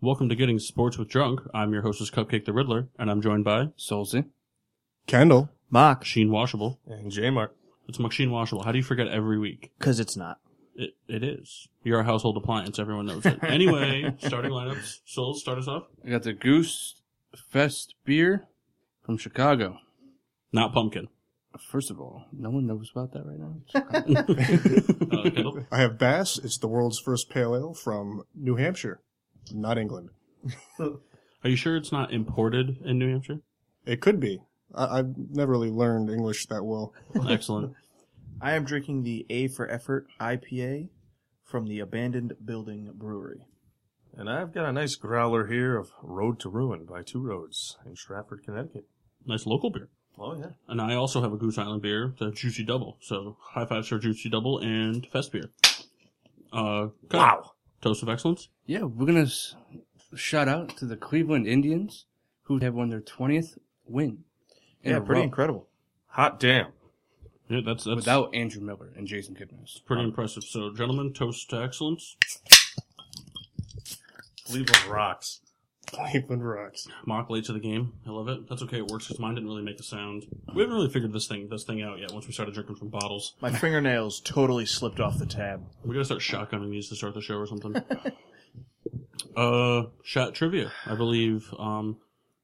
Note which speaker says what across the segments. Speaker 1: Welcome to Getting Sports with Drunk. I'm your hostess, Cupcake the Riddler, and I'm joined by
Speaker 2: Solzy.
Speaker 3: Kendall.
Speaker 2: Mark,
Speaker 1: Sheen Washable.
Speaker 3: And J Mark.
Speaker 1: It's McSheen Washable. How do you forget every week?
Speaker 2: because it's not.
Speaker 1: It, it is. You're a household appliance. Everyone knows it. Anyway, starting lineups. Souls, start us off.
Speaker 2: I got the Goose Fest beer from Chicago.
Speaker 1: Not pumpkin.
Speaker 2: First of all, no one knows about that right now.
Speaker 1: Uh, Kendall?
Speaker 3: I have Bass. It's the world's first pale ale from New Hampshire, not England.
Speaker 1: Are you sure it's not imported in New Hampshire?
Speaker 3: It could be. I- I've never really learned English that well.
Speaker 1: Excellent.
Speaker 4: I am drinking the A for Effort IPA from the Abandoned Building Brewery.
Speaker 5: And I've got a nice growler here of Road to Ruin by Two Roads in Stratford, Connecticut.
Speaker 1: Nice local beer.
Speaker 5: Oh, yeah.
Speaker 1: And I also have a Goose Island beer, the Juicy Double. So high fives for Juicy Double and Fest beer. Uh, Kyle,
Speaker 5: Wow.
Speaker 1: Toast of Excellence.
Speaker 2: yeah, we're going to s- shout out to the Cleveland Indians who have won their 20th win. in
Speaker 4: Yeah,
Speaker 2: a
Speaker 4: pretty
Speaker 2: row
Speaker 4: incredible.
Speaker 5: Hot damn.
Speaker 1: Yeah, that's that's
Speaker 2: Without Andrew Miller and Jason Kidman.
Speaker 1: pretty impressive. So, gentlemen, toast to excellence.
Speaker 5: Cleveland rocks.
Speaker 3: Cleveland rocks.
Speaker 1: Mock late to the game. I love it. That's okay. It works because mine didn't really make a sound. We haven't really figured this thing this thing out yet. Once we started drinking from bottles,
Speaker 4: My fingernails totally slipped off the tab.
Speaker 1: we gotta start shotgunning these to start the show or something. uh, shot trivia. I believe um,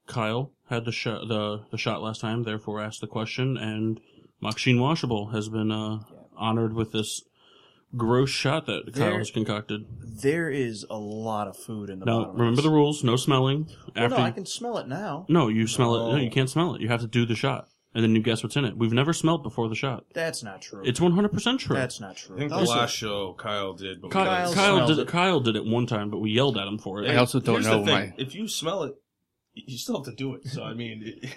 Speaker 1: Kyle had the shot the the shot last time. Therefore, asked the question, and Maxine Washable has been uh, honored with this gross shot that Kyle
Speaker 4: There-
Speaker 1: has concocted.
Speaker 4: There is a lot of food in the
Speaker 1: Now,
Speaker 4: bottom.
Speaker 1: remember
Speaker 4: of this.
Speaker 1: the rules. No smelling.
Speaker 4: Well,
Speaker 1: After
Speaker 4: no,
Speaker 1: you-
Speaker 4: I can smell it now.
Speaker 1: No, you smell it. No,
Speaker 3: No.
Speaker 1: you can't smell it. You have to do the shot, and then you guess what's in it. We've never smelled before the shot.
Speaker 4: That's not true.
Speaker 1: It's one hundred percent true.
Speaker 4: That's not true.
Speaker 5: I think the
Speaker 1: Also-
Speaker 5: last show Kyle did. But
Speaker 1: Kyle,
Speaker 4: Kyle
Speaker 1: Kyle,
Speaker 4: smelled
Speaker 1: did it.
Speaker 4: it.
Speaker 1: Kyle did it one time, but we yelled at him for it.
Speaker 2: I also don't
Speaker 5: Here's
Speaker 2: know
Speaker 5: the thing.
Speaker 2: my-
Speaker 5: If you smell it, you still have to do it. So, I mean, it,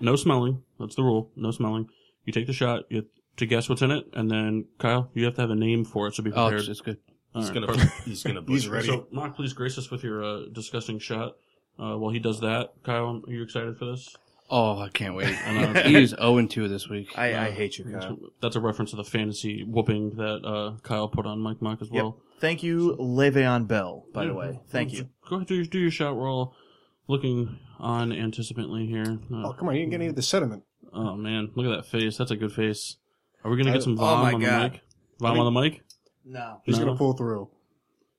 Speaker 1: No smelling. That's the rule. No smelling. You take the shot. You have to guess what's in it, and then Kyle, you have to have a name for it. So be
Speaker 2: Oh,
Speaker 1: prepared.
Speaker 2: it's, it's good.
Speaker 1: All
Speaker 5: he's
Speaker 1: right,
Speaker 5: going to
Speaker 1: perfect.
Speaker 5: he's gonna
Speaker 3: He's
Speaker 5: butcher it.
Speaker 3: ready.
Speaker 1: So, Mark, please grace us with your uh, disgusting shot. Uh, while he does that, Kyle, are you excited for this?
Speaker 2: Oh, I can't wait.
Speaker 1: I know.
Speaker 2: he is 0 2 this week.
Speaker 4: I, I hate you, Kyle.
Speaker 1: That's a reference to the fantasy whooping that uh, Kyle put on Mike Mock as
Speaker 4: Yep.
Speaker 1: well.
Speaker 4: Thank you, Le'Veon Bell. By the
Speaker 1: Yeah,
Speaker 4: way,
Speaker 1: well,
Speaker 4: thank
Speaker 1: well,
Speaker 4: you.
Speaker 1: Go ahead, do your, do your shot. We're all looking on anticipantly here. Uh,
Speaker 3: Oh, come on. You didn't get any of the sediment.
Speaker 1: oh man, look at that face. That's a good face. Are we gonna get
Speaker 3: I-
Speaker 1: some
Speaker 4: oh
Speaker 1: vom
Speaker 4: my
Speaker 1: on the
Speaker 4: God.
Speaker 1: mic? Vom on the mic.
Speaker 4: No,
Speaker 3: He's
Speaker 1: No.
Speaker 3: going to pull through.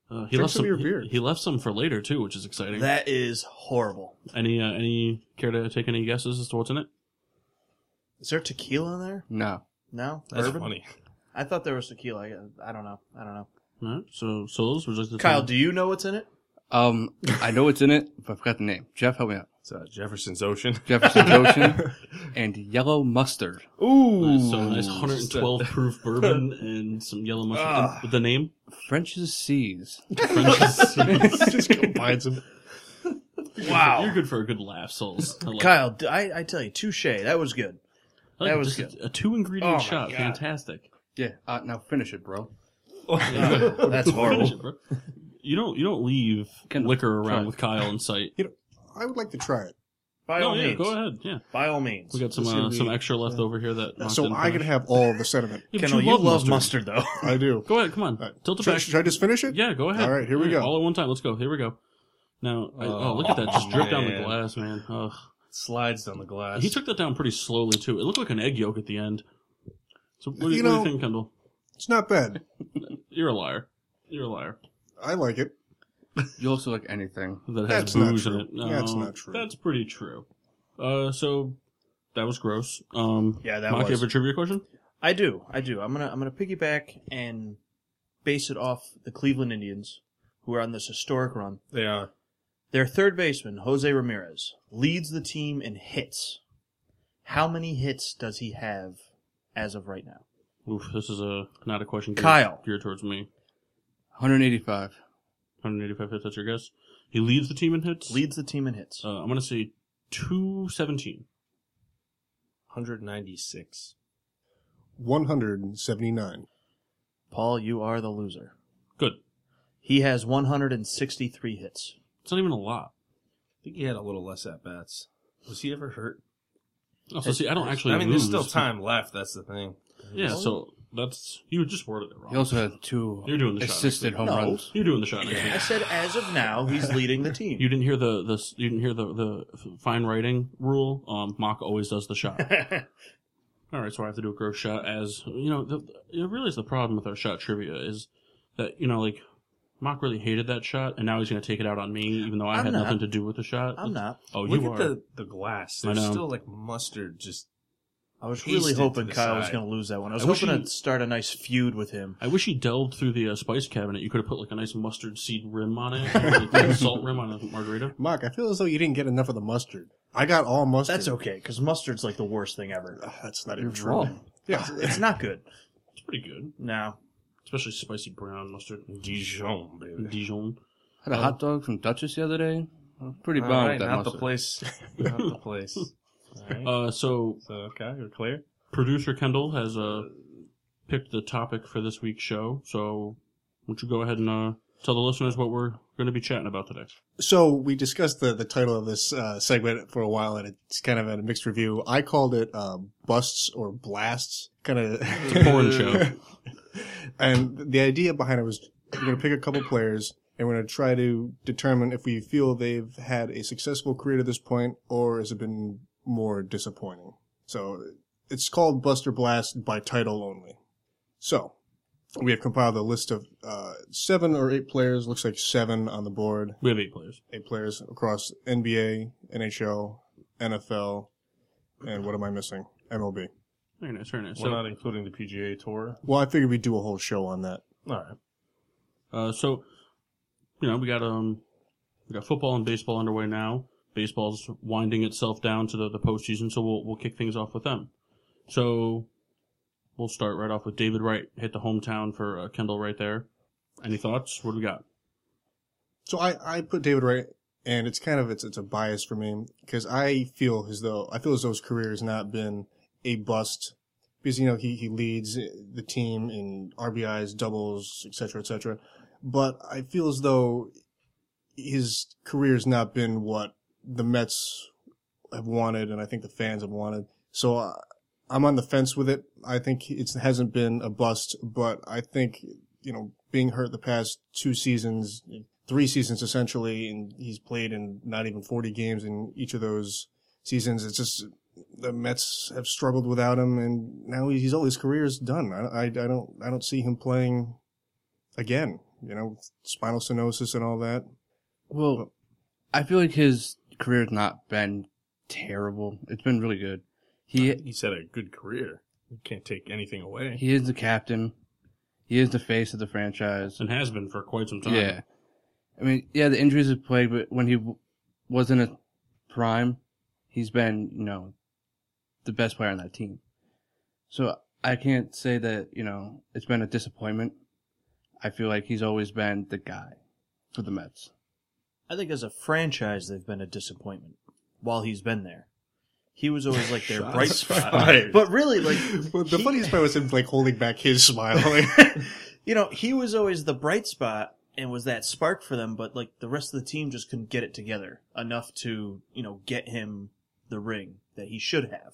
Speaker 1: Uh, he
Speaker 3: Drink
Speaker 1: left
Speaker 3: some
Speaker 1: some.
Speaker 3: of your
Speaker 1: he-
Speaker 3: beer.
Speaker 1: He, left some for later too, which is exciting.
Speaker 4: that is horrible.
Speaker 1: any uh, any care to take any guesses as to what's in it?
Speaker 4: Is there tequila in there?
Speaker 2: No.
Speaker 4: No,
Speaker 5: That's
Speaker 4: Bourbon?
Speaker 5: funny.
Speaker 4: I thought there was tequila. I, I don't know. I don't know.
Speaker 1: All right. So Solos, would you like to
Speaker 4: Kyle,
Speaker 1: tell-
Speaker 4: do you know what's in it?
Speaker 2: Um, I know what's in it, but I forgot the name. Jeff, help me out.
Speaker 5: It's uh, Jefferson's Ocean.
Speaker 2: Jefferson Ocean and yellow mustard.
Speaker 3: Ooh.
Speaker 1: Nice, so a nice 112 proof bourbon and some yellow mustard.
Speaker 3: Ah.
Speaker 1: And the name?
Speaker 2: French's Seas.
Speaker 3: Just combines them.
Speaker 4: Wow.
Speaker 1: You're good for a good laugh, Souls. I like
Speaker 4: Kyle, d- I, I tell you, touche. That was good.
Speaker 1: I like
Speaker 4: that was
Speaker 1: just a- A two ingredient
Speaker 4: Oh my
Speaker 1: shot.
Speaker 4: God.
Speaker 1: Fantastic.
Speaker 2: Yeah, uh, now finish it, bro.
Speaker 4: That's
Speaker 1: Finish
Speaker 4: horrible.
Speaker 1: it, bro. You don't you don't leave
Speaker 2: Can-
Speaker 1: liquor around
Speaker 2: try.
Speaker 1: with Kyle in sight.
Speaker 3: I would like to try it.
Speaker 4: By
Speaker 1: No,
Speaker 4: all
Speaker 1: yeah,
Speaker 4: means.
Speaker 1: go ahead. Yeah,
Speaker 4: By all means.
Speaker 1: we got some
Speaker 3: This is
Speaker 1: uh,
Speaker 3: gonna
Speaker 1: some
Speaker 3: be-
Speaker 1: extra left over here that. Mark
Speaker 3: So
Speaker 1: didn't
Speaker 3: I can
Speaker 1: finish.
Speaker 3: have all of the sediment.
Speaker 1: Yeah, but
Speaker 4: Kendall,
Speaker 1: you love mustard.
Speaker 4: though.
Speaker 3: I do.
Speaker 1: Go ahead, come on,
Speaker 3: All right.
Speaker 1: tilt it
Speaker 3: Should,
Speaker 1: back.
Speaker 3: should I just finish it?
Speaker 1: Yeah, go ahead.
Speaker 3: All right, here we
Speaker 1: Yeah,
Speaker 3: go.
Speaker 1: All at one time. Let's go. Here we go. Now, I, oh, look at that! Just drip down the
Speaker 5: man.
Speaker 1: glass, man. Ugh.
Speaker 5: Slides down the glass.
Speaker 1: He took that down pretty slowly too. It looked like an egg yolk at the end. So what, do
Speaker 3: You
Speaker 1: you- what do you
Speaker 3: know-
Speaker 1: think, Kendall?
Speaker 3: It's not bad.
Speaker 1: You're a liar. You're a liar.
Speaker 3: I like it.
Speaker 2: You also like anything.
Speaker 1: that has
Speaker 3: That's not
Speaker 1: booze in
Speaker 3: true.
Speaker 1: it. No,
Speaker 3: That's not true.
Speaker 1: That's pretty true. Uh, so that was gross. Um,
Speaker 4: Yeah, that
Speaker 1: Mark, you
Speaker 4: was.
Speaker 1: have a trivia question?
Speaker 4: I do. I do. I'm gonna I'm gonna piggyback and base it off the Cleveland Indians, who are on this historic run.
Speaker 5: they are.
Speaker 4: Their third baseman, Jose Ramirez, leads the team in hits. How many hits does he have as of right now?
Speaker 1: Oof, this is a not a question. Geared,
Speaker 4: Kyle.
Speaker 1: geared towards me.
Speaker 2: 185.
Speaker 1: 185 hits. That's your guess. He leads the team in hits.
Speaker 4: Leads the team in hits.
Speaker 1: Uh, I'm gonna say 217.
Speaker 5: 196.
Speaker 3: 179.
Speaker 4: Paul, you are the loser.
Speaker 1: Good.
Speaker 4: He has 163 hits.
Speaker 1: It's not even a lot.
Speaker 5: I think he had a little less at bats. Was he ever hurt?
Speaker 1: Oh, so see, I don't actually.
Speaker 5: I mean, there's still
Speaker 1: lose.
Speaker 5: time left. That's the thing.
Speaker 1: Yeah. So That's you just worded it wrong.
Speaker 2: He also had two
Speaker 1: You're doing the shot next
Speaker 2: assisted
Speaker 1: week.
Speaker 2: home
Speaker 4: No.
Speaker 2: runs.
Speaker 1: You're doing the shot next
Speaker 4: I
Speaker 1: week.
Speaker 4: said as of now, he's leading the team.
Speaker 1: You didn't hear the the you didn't hear the the f- fine writing rule. Um, Mock always does the shot. All right, so I have to do a gross shot. As you know, the, you realize the problem with our shot trivia is that you know, like Mock really hated that shot, and now he's going to take it out on me, even though I
Speaker 4: I'm
Speaker 1: had
Speaker 4: not.
Speaker 1: nothing to do with the shot.
Speaker 4: I'm not.
Speaker 1: Oh,
Speaker 5: Look
Speaker 1: you
Speaker 5: at
Speaker 1: are.
Speaker 5: the the glass.
Speaker 1: I
Speaker 5: There's
Speaker 1: know.
Speaker 5: still like mustard. Just
Speaker 4: I was
Speaker 5: Pasted
Speaker 4: really
Speaker 5: to
Speaker 4: hoping
Speaker 5: the
Speaker 4: Kyle was
Speaker 5: side.
Speaker 4: going to lose that one. I was
Speaker 1: I wish
Speaker 4: hoping
Speaker 1: he-
Speaker 4: to start a nice feud with him.
Speaker 1: I wish he delved through the uh, spice cabinet. You could have put like a nice mustard seed rim on it, and a salt rim on a margarita.
Speaker 3: Mark, I feel as though you didn't get enough of the mustard. I got all mustard.
Speaker 4: That's okay because mustard's like the worst thing ever.
Speaker 3: Ugh, that's not
Speaker 2: You're
Speaker 3: even true.
Speaker 2: wrong.
Speaker 3: Yeah,
Speaker 4: It's not good.
Speaker 1: It's pretty good,
Speaker 4: No,
Speaker 1: especially spicy brown mustard.
Speaker 5: Dijon, baby.
Speaker 1: Dijon.
Speaker 2: Had a hot dog from Duchess the other day. I'm pretty
Speaker 5: All
Speaker 2: bummed
Speaker 5: right,
Speaker 2: that
Speaker 5: not
Speaker 2: mustard.
Speaker 5: the place. not the place. All right.
Speaker 1: Uh, so
Speaker 5: so okay, we're clear.
Speaker 1: producer Kendall has uh, picked the topic for this week's show. So, why don't you go ahead and uh, tell the listeners what we're going to be chatting about today?
Speaker 3: So we discussed the, the title of this uh, segment for a while, and it's kind of had a mixed review. I called it uh, "Busts" or "Blasts," kind of
Speaker 1: a porn show.
Speaker 3: and the idea behind it was we're going to pick a couple players, and we're going to try to determine if we feel they've had a successful career to this point, or has it been more disappointing. So it's called "Buster Blast" by title only. So we have compiled a list of uh, seven or eight players. Looks like seven on the board
Speaker 1: We have eight players.
Speaker 3: eight players across NBA, NHL, NFL, and what am I missing? MLB.
Speaker 1: Very nice, very nice.
Speaker 5: We're not
Speaker 1: So,
Speaker 5: including the PGA Tour.
Speaker 3: Well, I figured we'd do a whole show on that.
Speaker 5: All right.
Speaker 1: uh, so you know, we got um, we got football and baseball underway now. Baseball's winding itself down to the, the postseason, so we'll we'll kick things off with them. So we'll start right off with David Wright. Hit the hometown for uh, Kendall right there. Any thoughts? What do we got?
Speaker 3: So I, I put David Wright, and it's kind of it's it's a bias for me because I feel as though I feel as though his career has not been a bust because you know he he leads the team in RBIs, doubles, etc., etc. But I feel as though his career's not been what the Mets have wanted, and I think the fans have wanted. So I, I'm on the fence with it. I think it hasn't been a bust, but I think you know being hurt the past two seasons, three seasons essentially, and he's played in not even 40 games in each of those seasons. It's just the Mets have struggled without him, and now he's all his career is done. I, I, I don't I don't see him playing again. You know, spinal stenosis and all that.
Speaker 2: Well, I feel like his career's not been terrible. It's been really good. He
Speaker 5: He's had a good career. You can't take anything away.
Speaker 2: he is the captain. He is the face of the franchise.
Speaker 1: And has been for quite some time.
Speaker 2: Yeah, I mean, yeah, the injuries have plagued, but when he w- was in a prime, he's been you know the best player on that team. So I can't say that you know it's been a disappointment. I feel like he's always been the guy for the Mets.
Speaker 4: I think as a franchise they've been a disappointment while he's been there. He was always like their
Speaker 5: Shots
Speaker 4: bright spot.
Speaker 5: fired.
Speaker 4: But really, like
Speaker 3: Well, the
Speaker 4: he-
Speaker 3: funniest part was him like holding back his smile. Like,
Speaker 4: you know, he was always the bright spot and was that spark for them, but like the rest of the team just couldn't get it together enough to, you know, get him the ring that he should have.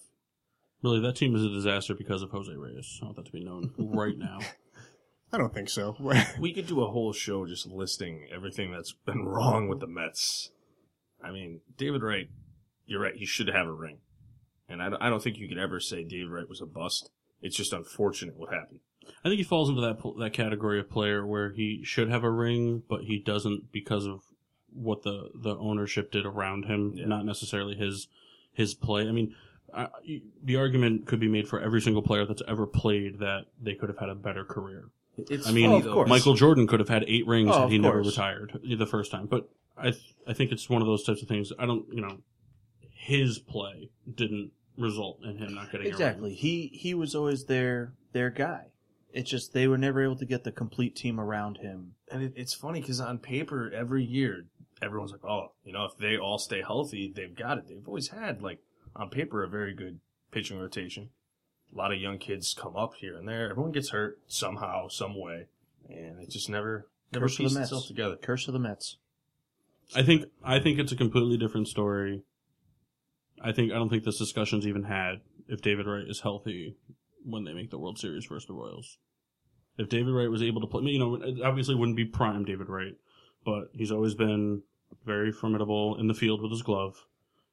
Speaker 1: Really, that team is a disaster because of Jose Reyes. I want that to be known right now.
Speaker 3: I don't think so.
Speaker 4: Mm.
Speaker 5: We could do a whole show just listing everything that's been wrong with the Mets. I mean, David Wright, you're right. He should have a ring. And I, don't- I don't think you could ever say David Wright was a bust. It's just unfortunate what happened.
Speaker 1: I think he falls into that pl- that category of player where he should have a ring, but he doesn't because of what the the ownership did around him,
Speaker 5: Yeah.
Speaker 1: not necessarily his his play. I mean, I, the argument could be made for every single player that's ever played that they could have had a better career.
Speaker 5: It's
Speaker 1: I mean,
Speaker 4: Oh, of course.
Speaker 1: Michael Jordan could have had eight rings
Speaker 4: Oh,
Speaker 1: and he
Speaker 4: of
Speaker 1: never
Speaker 4: course.
Speaker 1: retired the first time. But I th- I think it's one of those types of things. I don't you know his play didn't result in him not getting A
Speaker 4: Exactly.
Speaker 1: ring.
Speaker 4: He he was always their their guy. It's just they were never able to get the complete team around him.
Speaker 5: and it, it's funny because on paper, every year, everyone's like, oh, you know, if they all stay healthy, they've got it. They've always had, like, on paper, a very good pitching rotation. A lot of young kids come up here and there. Everyone gets hurt somehow, some way, and it just never never
Speaker 4: Curse of
Speaker 5: pieces
Speaker 4: the Mets.
Speaker 5: itself together.
Speaker 4: Curse of the Mets.
Speaker 1: I think I think it's a completely different story. I think I don't think this discussion's even had if David Wright is healthy when they make the World Series versus the Royals. If David Wright was able to play, you know, it obviously wouldn't be prime David Wright, but he's always been very formidable in the field with his glove.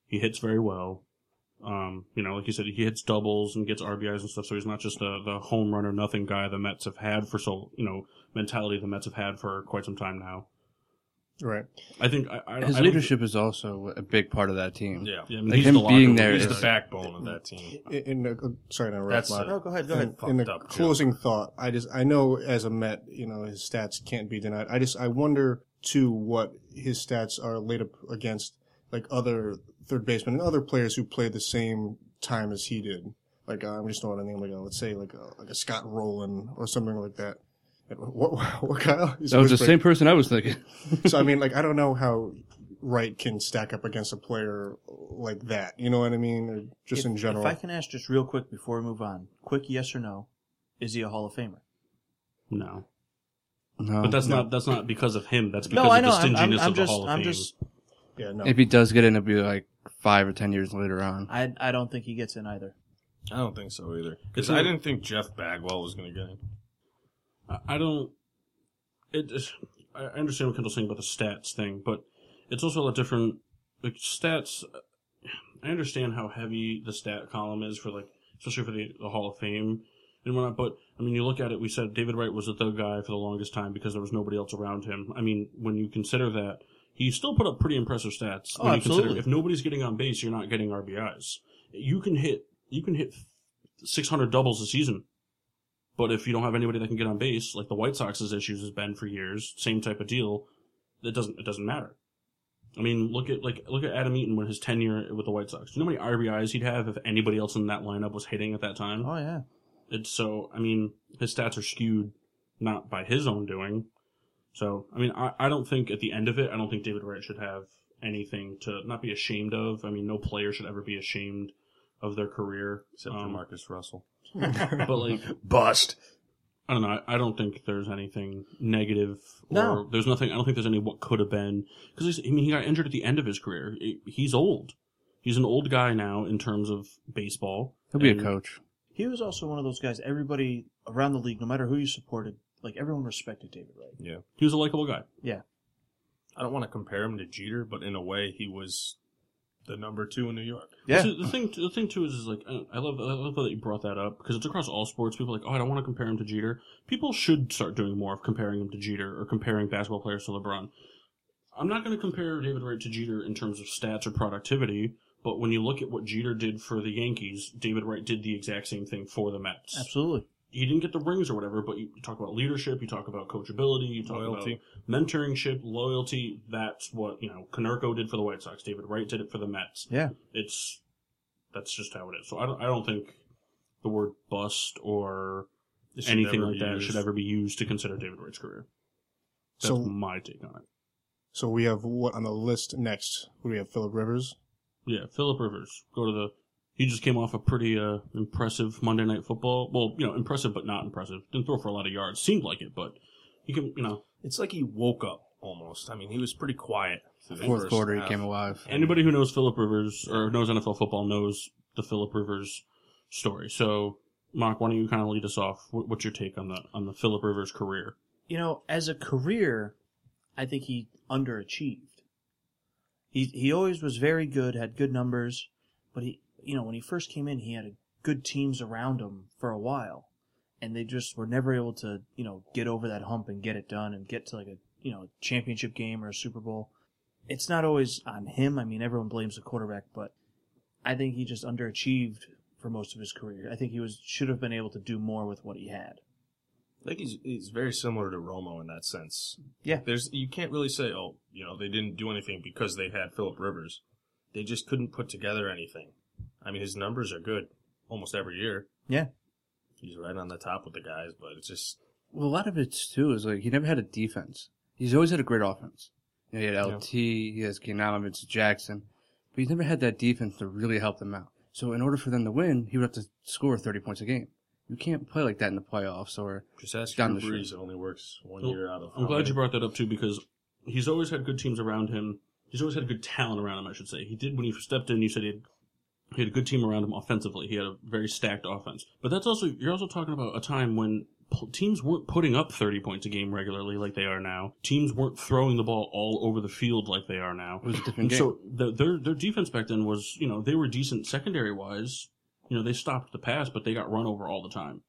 Speaker 1: He hits very well. Um, you know, like you said, he hits doubles and gets RBIs and stuff. So he's not just the the home run or nothing guy the Mets have had for so you know mentality the Mets have had for quite some time now.
Speaker 3: Right.
Speaker 1: I think I, I, I
Speaker 2: His
Speaker 1: don't-
Speaker 2: leadership is also a big part of that team.
Speaker 5: Yeah.
Speaker 1: Yeah, I mean,
Speaker 2: like
Speaker 1: he's
Speaker 2: him
Speaker 1: the locker
Speaker 2: being
Speaker 1: room.
Speaker 2: there
Speaker 5: He's
Speaker 1: He's
Speaker 5: the
Speaker 2: is-
Speaker 5: backbone of that team.
Speaker 3: In, in the, uh, sorry, to interrupt.
Speaker 5: That's
Speaker 3: Mark.
Speaker 5: it.
Speaker 4: No, go ahead. Go ahead.
Speaker 3: in, in
Speaker 5: fucked
Speaker 3: the
Speaker 5: up, Joe.
Speaker 3: closing thought, I just I know as a Met, you know his stats can't be denied. I just I wonder too what his stats are laid up against like other third basemen and other players who played the same time as he did. Like uh, I'm just throwing a name like uh, let's say like uh, like a Scott Rowland or something like that. And What what, what Kyle? He's
Speaker 2: That was the
Speaker 3: whispering.
Speaker 2: same person I was thinking.
Speaker 3: so I mean like I don't know how Wright can stack up against a player like that. You know what I mean? Or just
Speaker 4: if,
Speaker 3: in general.
Speaker 4: If I can ask just real quick before we move on, quick yes or no, is he a Hall of Famer?
Speaker 1: no,
Speaker 2: No.
Speaker 1: but that's
Speaker 3: no.
Speaker 1: not that's not because of him. That's because
Speaker 4: no,
Speaker 1: of
Speaker 4: I know.
Speaker 1: the
Speaker 4: I'm, I'm,
Speaker 1: stinginess
Speaker 4: I'm
Speaker 1: of the
Speaker 4: just,
Speaker 1: Hall of
Speaker 4: I'm
Speaker 1: Fame.
Speaker 4: just,
Speaker 3: yeah, no.
Speaker 2: If he does get in, it'll be like five or ten years later on.
Speaker 4: I, I don't think he gets in either.
Speaker 5: I don't think so either.
Speaker 1: It's
Speaker 5: Because I
Speaker 1: a-
Speaker 5: didn't think Jeff Bagwell was going to get in.
Speaker 1: I- I don't. It. Is, I I understand what Kendall's saying about the stats thing, but it's also a lot different. Like stats, uh, I understand how heavy the stat column is for like, especially for the, the Hall of Fame and whatnot. But I mean, you look at it. We said David Wright was the third guy for the longest time because there was nobody else around him. I mean, when you consider that, he still put up pretty impressive stats.
Speaker 4: Oh,
Speaker 1: when you consider
Speaker 4: absolutely.
Speaker 1: if nobody's getting on base, you're not getting RBIs. You can hit. You can hit 600 doubles a season. But if you don't have anybody that can get on base, like the White Sox's issues has been for years, same type of deal, it doesn't it doesn't matter. I mean, look at like look at Adam Eaton with his tenure with the White Sox. You know how many RBIs he'd have if anybody else in that lineup was hitting at that time?
Speaker 4: Oh yeah.
Speaker 1: It's so I mean, his stats are skewed not by his own doing. So I mean, I, I don't think at the end of it, I don't think David Wright should have anything to not be ashamed of. I mean, no player should ever be ashamed of their career.
Speaker 5: Except for
Speaker 1: Um,
Speaker 5: Marcus Russell.
Speaker 1: But like
Speaker 5: Bust.
Speaker 1: I don't know. I, I don't think there's anything negative. Or
Speaker 4: No.
Speaker 1: There's nothing. I don't think there's any what could have been. Because, I mean, he got injured at the end of his career. He- He's old. He's an old guy now in terms of baseball.
Speaker 2: He'll be a
Speaker 1: And-
Speaker 2: coach.
Speaker 4: He was also one of those guys. Everybody around the league, no matter who you supported, like everyone respected David Wright.
Speaker 5: Yeah.
Speaker 1: He was a likable guy.
Speaker 5: I don't want to compare him to Jeter, but in a way, he was the number two in New York.
Speaker 4: Yeah.
Speaker 1: So the thing, the thing too is, is like I I love, I love that you brought that up because it's across all sports. People are like, oh, I don't want to compare him to Jeter. People should start doing more of comparing him to Jeter or comparing basketball players to LeBron. I'm not going to compare David Wright to Jeter in terms of stats or productivity, but when you look at what Jeter did for the Yankees, David Wright did the exact same thing for the Mets.
Speaker 4: Absolutely.
Speaker 1: He didn't get the rings or whatever, but you talk about leadership, you talk about coachability, you talk about
Speaker 5: Loyalty.
Speaker 1: mentorship, loyalty. That's what you know. Konerko did for the White Sox. David Wright did it for the Mets
Speaker 4: Yeah.
Speaker 1: it's that's just how it is. So I don't I don't think the word bust or
Speaker 5: It should
Speaker 1: anything
Speaker 5: never
Speaker 1: like
Speaker 5: be
Speaker 1: that
Speaker 5: used.
Speaker 1: should ever be used to consider David Wright's career. That's
Speaker 3: So-
Speaker 1: my take on it.
Speaker 3: So we have what on the list next? We have Philip Rivers.
Speaker 1: Yeah, Philip Rivers. Go to the he just came off a pretty uh, impressive Monday night football. Well, you know, impressive but not impressive. Didn't throw for a lot of yards. Seemed like it, but he can you know
Speaker 5: It's like he woke up almost. I mean, he was pretty quiet. through the
Speaker 2: Fourth
Speaker 5: first
Speaker 2: quarter, he
Speaker 5: half.
Speaker 2: came alive.
Speaker 1: anybody who knows Philip Rivers or knows NFL football knows the Philip Rivers story. So Mark, why don't you kind of lead us off? What, what's your take on the on the Philip Rivers career?
Speaker 4: you know, as a career, I think he underachieved. He he always was very good, had good numbers, but he you know when he first came in, he had a, good teams around him for a while, and they just were never able to you know get over that hump and get it done and get to like a you know championship game or a Super Bowl. It's not always on him. I mean, everyone blames the quarterback, but I think he just underachieved for most of his career. I think he was should have been able to do more with what he had.
Speaker 5: I think he's he's very similar to Romo in that sense.
Speaker 4: Yeah.
Speaker 5: There's you can't really say, oh, you know, they didn't do anything because they had Philip Rivers. They just couldn't put together anything. I mean, his numbers are good almost every year.
Speaker 4: Yeah.
Speaker 5: He's right on the top with the guys, but it's just
Speaker 2: Well, a lot of it too is like he never had a defense. He's always had a great offense. You know, he had LT, he has Kenanovich, Jackson, but he's never had that defense to really help them out. So in order for them to win, he would have to score 30 points a game. You can't play like that in the playoffs or
Speaker 5: just ask
Speaker 2: Down
Speaker 5: Drew
Speaker 2: the
Speaker 5: Brees. It only works one
Speaker 1: Well,
Speaker 5: year out of.
Speaker 1: I'm
Speaker 5: how
Speaker 1: glad you
Speaker 5: many?
Speaker 1: brought that up too because he's always had good teams around him. He's always had good talent around him, I should say. He did when he stepped in. You said he had He had a good team around him offensively. He had a very stacked offense. But that's also you're also talking about a time when pl- teams weren't putting up 30 points a game regularly like they are now. Teams weren't throwing the ball all over the field like they are now.
Speaker 2: It was a different
Speaker 1: And
Speaker 2: game.
Speaker 1: so the, their their defense back then was you know they were decent secondary wise. You know they stopped the pass, but they got run over all the time.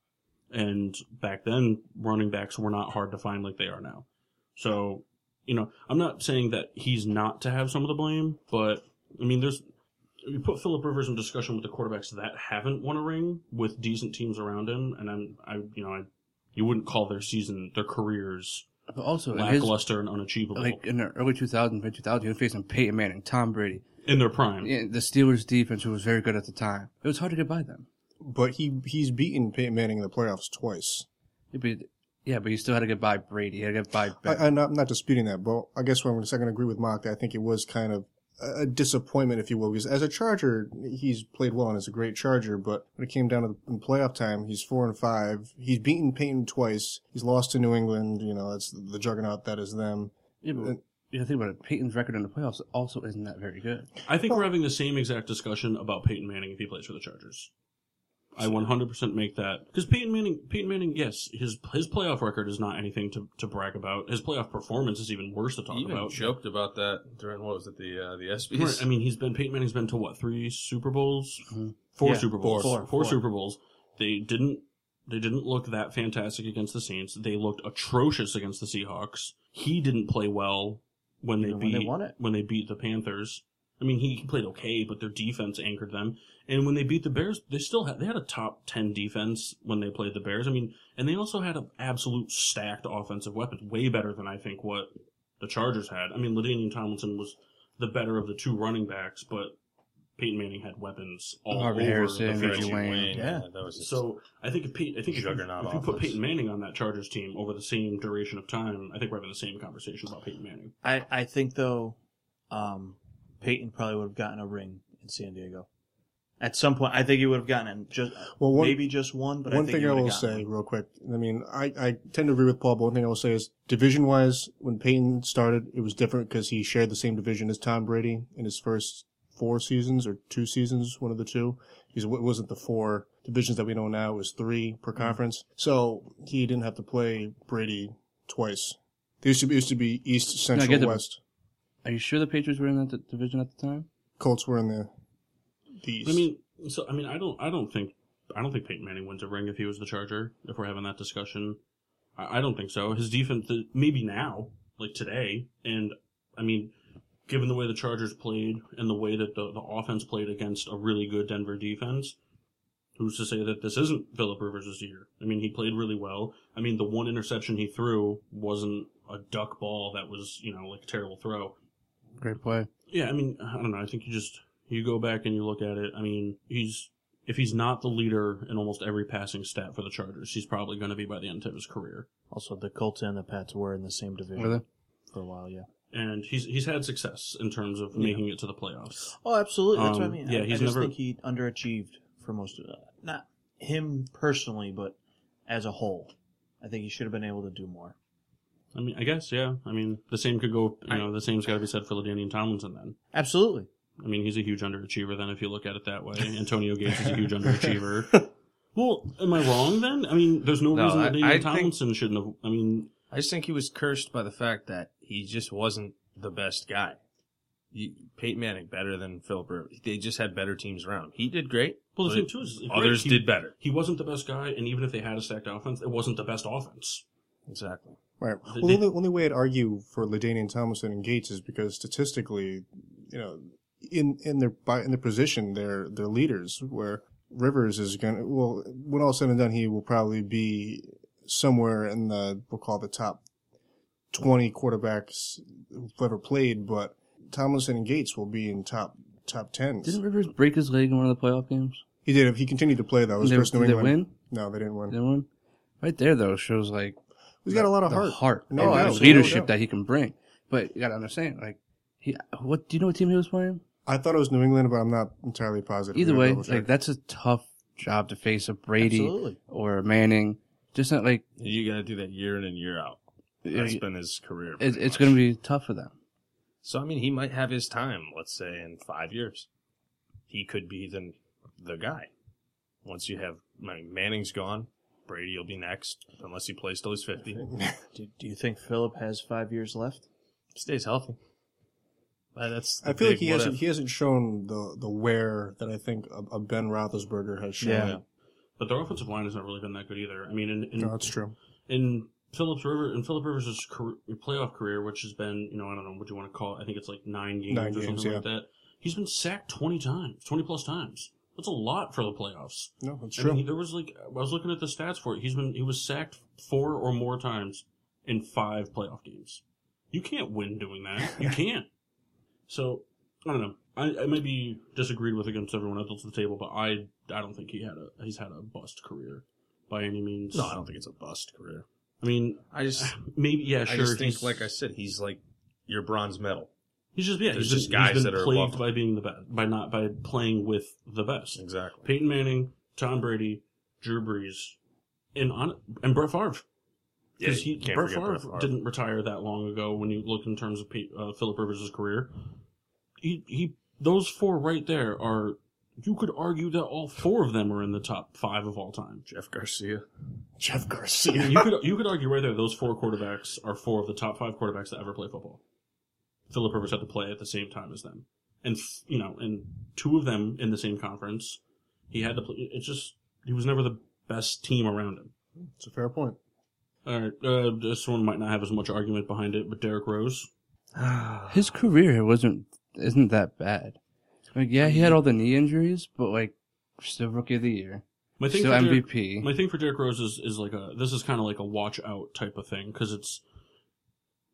Speaker 1: And back then, running backs were not hard to find like they are now. So you know I'm not saying that he's not to have some of the blame, but I mean there's you put Philip Rivers in discussion with the quarterbacks that haven't won a ring with decent teams around him, and I'm I you know I you wouldn't call their season their careers
Speaker 2: but also, in his,
Speaker 1: lackluster and unachievable
Speaker 2: like in the early 2000s, mid 2000s, he was facing Peyton Manning, Tom Brady,
Speaker 1: in their prime.
Speaker 2: Yeah, the Steelers defense, who was very good at the time. It was hard to get by them.
Speaker 3: But he he's beaten Peyton Manning in the playoffs twice.
Speaker 2: Yeah, but, yeah, but you still had to get by Brady. You had to get by Ben.
Speaker 3: I, I'm, not, I'm not disputing that, but I guess what I'm going to agree with Mark that I think it was kind of a a disappointment, if you will, because as a Charger, he's played well and is a great Charger, but when it came down to the in playoff time, he's four and five. He's beaten Peyton twice. He's lost to New England. You know, that's the juggernaut that is them.
Speaker 2: yeah, but you gotta think about it. Peyton's record in the playoffs also isn't that very good.
Speaker 1: I think we're having the same exact discussion about Peyton Manning if he plays for the Chargers. I 100% make that because Peyton Manning, Peyton Manning, yes, his his playoff record is not anything to, to brag about. His playoff performance is even worse to talk
Speaker 5: He even
Speaker 1: about.
Speaker 5: joked about that during what was it the uh, the ESPYS?
Speaker 1: Right, I mean, he's been Peyton Manning's been to what three Super Bowls,
Speaker 2: Mhm.
Speaker 1: four
Speaker 4: Mm-hmm. Yeah,
Speaker 1: Super Bowls,
Speaker 4: four,
Speaker 1: four,
Speaker 4: four.
Speaker 1: Super Bowls. They didn't they didn't look that fantastic against the Saints. They looked atrocious against the Seahawks. He didn't play well when they
Speaker 4: Even when
Speaker 1: beat
Speaker 4: they won it.
Speaker 1: when they beat the Panthers. I mean, he played okay, but their defense anchored them. And when they beat the Bears, they still had they had a top ten defense when they played the Bears. I mean, and they also had an absolute stacked offensive weapons, way better than I think what the Chargers had. I mean, Ladainian Tomlinson was the better of the two running backs, but Peyton Manning had weapons all
Speaker 2: Marvin
Speaker 1: over
Speaker 2: Harrison,
Speaker 1: the
Speaker 5: Reggie
Speaker 1: field.
Speaker 2: Reggie
Speaker 5: Wayne,
Speaker 2: Wayne,
Speaker 5: yeah.
Speaker 4: yeah.
Speaker 5: that was just,
Speaker 1: So I think if Pete, I think if you,
Speaker 5: Juggernaut
Speaker 1: if you put
Speaker 5: offense.
Speaker 1: Peyton Manning on that Chargers team over the same duration of time, I think we're having the same conversation about Peyton Manning.
Speaker 4: I, I think though, um, Peyton probably would have gotten a ring in San Diego. At some point, I think he would have gotten in just
Speaker 3: Well, one,
Speaker 4: maybe just one, but I
Speaker 3: one
Speaker 4: think
Speaker 3: thing
Speaker 4: he
Speaker 3: I
Speaker 4: would have
Speaker 3: will
Speaker 4: gotten
Speaker 3: say
Speaker 4: one.
Speaker 3: real quick, I mean, I, I tend to agree with Paul, but one thing I will say is division wise, when Peyton started, it was different because he shared the same division as Tom Brady in his first four seasons or two seasons, one of the two. Because it wasn't the four divisions that we know now, it was three
Speaker 4: Mm-hmm.
Speaker 3: per conference. So he didn't have to play Brady twice. They used to be, used to be East,
Speaker 2: I
Speaker 3: Central,
Speaker 2: get the-
Speaker 3: West.
Speaker 2: Are you sure the Patriots were in that d- division at the time?
Speaker 3: Colts were in the, the East.
Speaker 1: I mean, so I mean, I don't, I don't think, I don't think Peyton Manning wins a ring if he was the Charger. If we're having that discussion, I, I don't think so. His defense, maybe now, like today, and I mean, given the way the Chargers played and the way that the, the offense played against a really good Denver defense, who's to say that this isn't Philip Rivers' year? I mean, he played really well. I mean, the one interception he threw wasn't a duck ball that was, you know, like a terrible throw.
Speaker 2: Great play.
Speaker 1: Yeah, I mean, I don't know. I think you just you go back and you look at it. I mean, he's if he's not the leader in almost every passing stat for the Chargers, he's probably going to be by the end of his career.
Speaker 4: Also, the Colts and the Pats were in the same division
Speaker 2: Were they?
Speaker 4: for a while. Yeah.
Speaker 1: And he's he's had success in terms of making it to the playoffs.
Speaker 4: Oh, absolutely. That's what I
Speaker 1: Um,
Speaker 4: mean.
Speaker 1: yeah,
Speaker 4: I,
Speaker 1: he's
Speaker 4: I just
Speaker 1: never-
Speaker 4: think he underachieved for most of not him personally, but as a whole. I think he should have been able to do more.
Speaker 1: I mean, I guess yeah. I mean, the same could go. You
Speaker 5: I-
Speaker 1: know, the same's got to be said for Ladainian Tomlinson. Then,
Speaker 4: Absolutely.
Speaker 1: I mean, he's a huge underachiever. Then, if you look at it that way, Antonio Gates is a huge underachiever. Well, am I wrong then? I mean, there's no,
Speaker 5: No,
Speaker 1: reason
Speaker 5: I-
Speaker 1: Ladainian
Speaker 5: I think-
Speaker 1: Tomlinson shouldn't have. I mean,
Speaker 5: I just think he was cursed by the fact that he just wasn't the best guy. You, Peyton Manning better than Philip Rivers. They just had better teams around. He did great.
Speaker 1: well, the
Speaker 5: but
Speaker 1: thing too is
Speaker 5: others
Speaker 1: he-
Speaker 5: did better.
Speaker 1: He wasn't the best guy, and even if they had a stacked offense, it wasn't the best offense.
Speaker 5: Exactly.
Speaker 3: Right.
Speaker 1: The-
Speaker 3: Well, the
Speaker 1: the-
Speaker 3: only, only way I'd argue for Ladainian Tomlinson and Gates is because statistically, you know, in in their by in their position, they're they're leaders. Where Rivers is going to well, when all said and done, he will probably be somewhere in the we'll call it the top twenty quarterbacks who've ever played. But Tomlinson and Gates will be in top top 10s
Speaker 2: Didn't Rivers break his leg in one of the playoff games?
Speaker 3: he did. If he continued to play, though, it was
Speaker 2: Did
Speaker 3: versus
Speaker 2: they,
Speaker 3: New
Speaker 2: did they
Speaker 3: England.
Speaker 2: win?
Speaker 3: No, they didn't
Speaker 2: Did
Speaker 3: win.
Speaker 2: they win? Right there, though, shows like
Speaker 3: He's got a lot of
Speaker 2: the
Speaker 3: heart.
Speaker 2: heart,
Speaker 3: No,
Speaker 2: and the
Speaker 3: absolutely.
Speaker 2: leadership
Speaker 3: Yeah.
Speaker 2: that he can bring. But you gotta understand, like, he what do you know what team he was playing?
Speaker 3: I thought it was New England, but I'm not entirely positive.
Speaker 2: Either
Speaker 3: I'll
Speaker 2: way,
Speaker 3: double check.
Speaker 2: like that's a tough job to face a Brady
Speaker 4: Absolutely.
Speaker 2: or a Manning. Just not like
Speaker 5: You got to do that year in and year out. That's
Speaker 2: it,
Speaker 5: been his career. pretty
Speaker 2: it's
Speaker 5: much.
Speaker 2: going to be tough for them.
Speaker 5: So I mean, he might have his time. Let's say in five years, he could be the the guy. Once you have like, Manning's gone, Brady will be next unless he plays till he's fifty.
Speaker 4: Do, do you think Philip has five years left?
Speaker 5: Stays healthy. Uh, That's the
Speaker 3: I feel like
Speaker 5: big
Speaker 3: he
Speaker 5: what
Speaker 3: hasn't
Speaker 5: if.
Speaker 3: he hasn't shown the the wear that I think a, a Ben Roethlisberger has shown.
Speaker 5: Yeah.
Speaker 1: But their offensive line has not really been that good either. I mean, in in,
Speaker 3: No, that's true.
Speaker 1: in Phillips River in Philip Rivers' career, playoff career, which has been you know I don't know what you want to call. It. I think it's like nine games
Speaker 3: Nine
Speaker 1: or
Speaker 3: games,
Speaker 1: something like that. He's been sacked twenty times, twenty plus times. That's a lot for the playoffs.
Speaker 3: No, that's
Speaker 1: I mean,
Speaker 3: true.
Speaker 1: there was like I was looking at the stats for it. He's been he was sacked four or more times in five playoff games. You can't win doing that. You can't. So I don't know. I, I may be disagreed with against everyone else at the table, but I I don't think he had a he's had a bust career by any means.
Speaker 5: No, I don't think it's a bust career.
Speaker 1: I mean,
Speaker 5: I just
Speaker 1: maybe yeah,
Speaker 5: I
Speaker 1: sure.
Speaker 5: just think,
Speaker 1: he's-
Speaker 5: like I said, he's like your bronze medal.
Speaker 1: he's just yeah.
Speaker 5: there's
Speaker 1: He's just
Speaker 5: just guys
Speaker 1: he's been
Speaker 5: that are above
Speaker 1: plagued
Speaker 5: him.
Speaker 1: by being the best by not by playing with the best.
Speaker 5: Exactly.
Speaker 1: Peyton Manning, Tom Brady, Drew Brees, and on and Brett Favre. Because
Speaker 5: you
Speaker 1: he
Speaker 5: can't
Speaker 1: Brett
Speaker 5: forget
Speaker 1: Favre,
Speaker 5: Brett Favre.
Speaker 1: didn't retire that long ago. When you look in terms of Pe- uh, Philip Rivers' career, he he those four right there are. You could argue that all four of them are in the top five of all time.
Speaker 5: Jeff Garcia.
Speaker 3: Jeff
Speaker 1: I mean,
Speaker 3: Garcia.
Speaker 1: you could you could argue right there those four quarterbacks are four of the top five quarterbacks that ever play football. Philip Rivers had to play at the same time as them, and f- you know, and two of them in the same conference. He had to play. It's just he was never the best team around him.
Speaker 3: It's a fair point.
Speaker 1: All right, uh, this one might not have as much argument behind it, but Derrick Rose.
Speaker 2: His career wasn't isn't that bad. Like yeah, he had all the knee injuries, but like still rookie of the year,
Speaker 1: My thing
Speaker 2: still
Speaker 1: for Derrick-
Speaker 2: MVP.
Speaker 1: my thing for Derrick Rose is, is like a this is kind of like a watch out type of thing because it's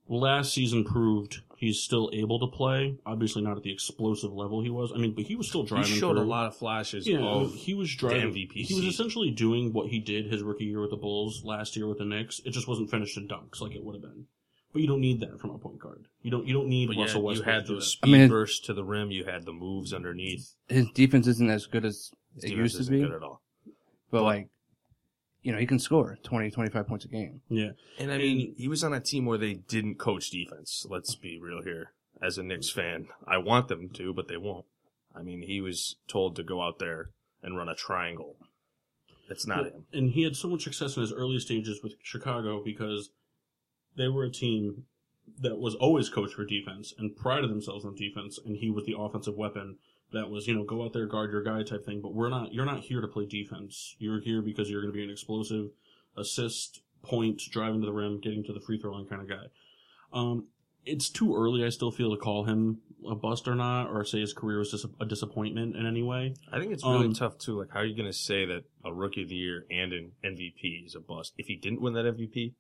Speaker 1: last season proved he's still able to play. Obviously, not at the explosive level he was. I mean, but he was still
Speaker 5: He
Speaker 1: driving.
Speaker 5: showed a
Speaker 1: through.
Speaker 5: lot of flashes
Speaker 1: Yeah,
Speaker 5: of
Speaker 1: he was driving.
Speaker 5: MVP
Speaker 1: He was
Speaker 5: season.
Speaker 1: essentially doing what he did his rookie year with the Bulls, last year with the Knicks. It just wasn't finished in dunks like it would have been. But you don't need that from a point guard. You don't. You don't need
Speaker 5: But yeah,
Speaker 1: Russell
Speaker 5: you
Speaker 1: Westbrook.
Speaker 5: had
Speaker 1: to do
Speaker 5: those
Speaker 1: that.
Speaker 5: speed
Speaker 2: I mean-
Speaker 5: bursts to the rim. You had the moves underneath.
Speaker 2: His defense isn't as good as
Speaker 5: His
Speaker 2: it
Speaker 5: defense
Speaker 2: used to
Speaker 5: isn't
Speaker 2: be,
Speaker 5: good at all.
Speaker 2: but like you know he can score 20, 25 points a game.
Speaker 1: Yeah.
Speaker 5: And I
Speaker 1: mean-
Speaker 5: mean, he was on a team where they didn't coach defense. Let's be real here. As a Knicks fan, I want them to, but they won't. I mean, he was told to go out there and run a triangle. That's not him.
Speaker 1: And he had so much success in his early stages with Chicago because they were a team that was always coached for defense and prided themselves on defense, and he was the offensive weapon that was, you know, go out there, guard your guy type thing. But we're not, you're not here to play defense. You're here because you're going to be an explosive assist, point, driving to the rim, getting to the free throw line kind of guy. Um, it's too early, I still feel, to call him a bust or not, or say his career was just a disappointment in any way.
Speaker 5: I think it's really
Speaker 1: Um,
Speaker 5: tough too. Like, how are you going to say that a rookie of the year and an MVP is a bust? If he didn't win that MVP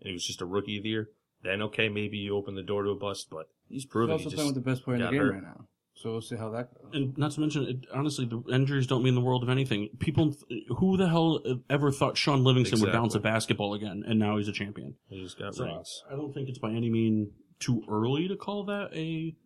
Speaker 5: and he was just a rookie of the year, then okay, maybe you open the door to a bust. But he's
Speaker 2: He's
Speaker 5: proven
Speaker 2: also
Speaker 5: he just
Speaker 2: playing with the best player in the
Speaker 5: got
Speaker 2: game
Speaker 5: hurt.
Speaker 2: right now, so we'll see how that goes.
Speaker 1: And not to mention, it, honestly, the injuries don't mean the world of anything. People, who the hell ever thought Sean Livingston would
Speaker 5: Exactly.
Speaker 1: bounce a basketball again, and now he's a champion?
Speaker 5: he just got
Speaker 1: So
Speaker 5: rings.
Speaker 1: I don't think it's by any mean too early to call that a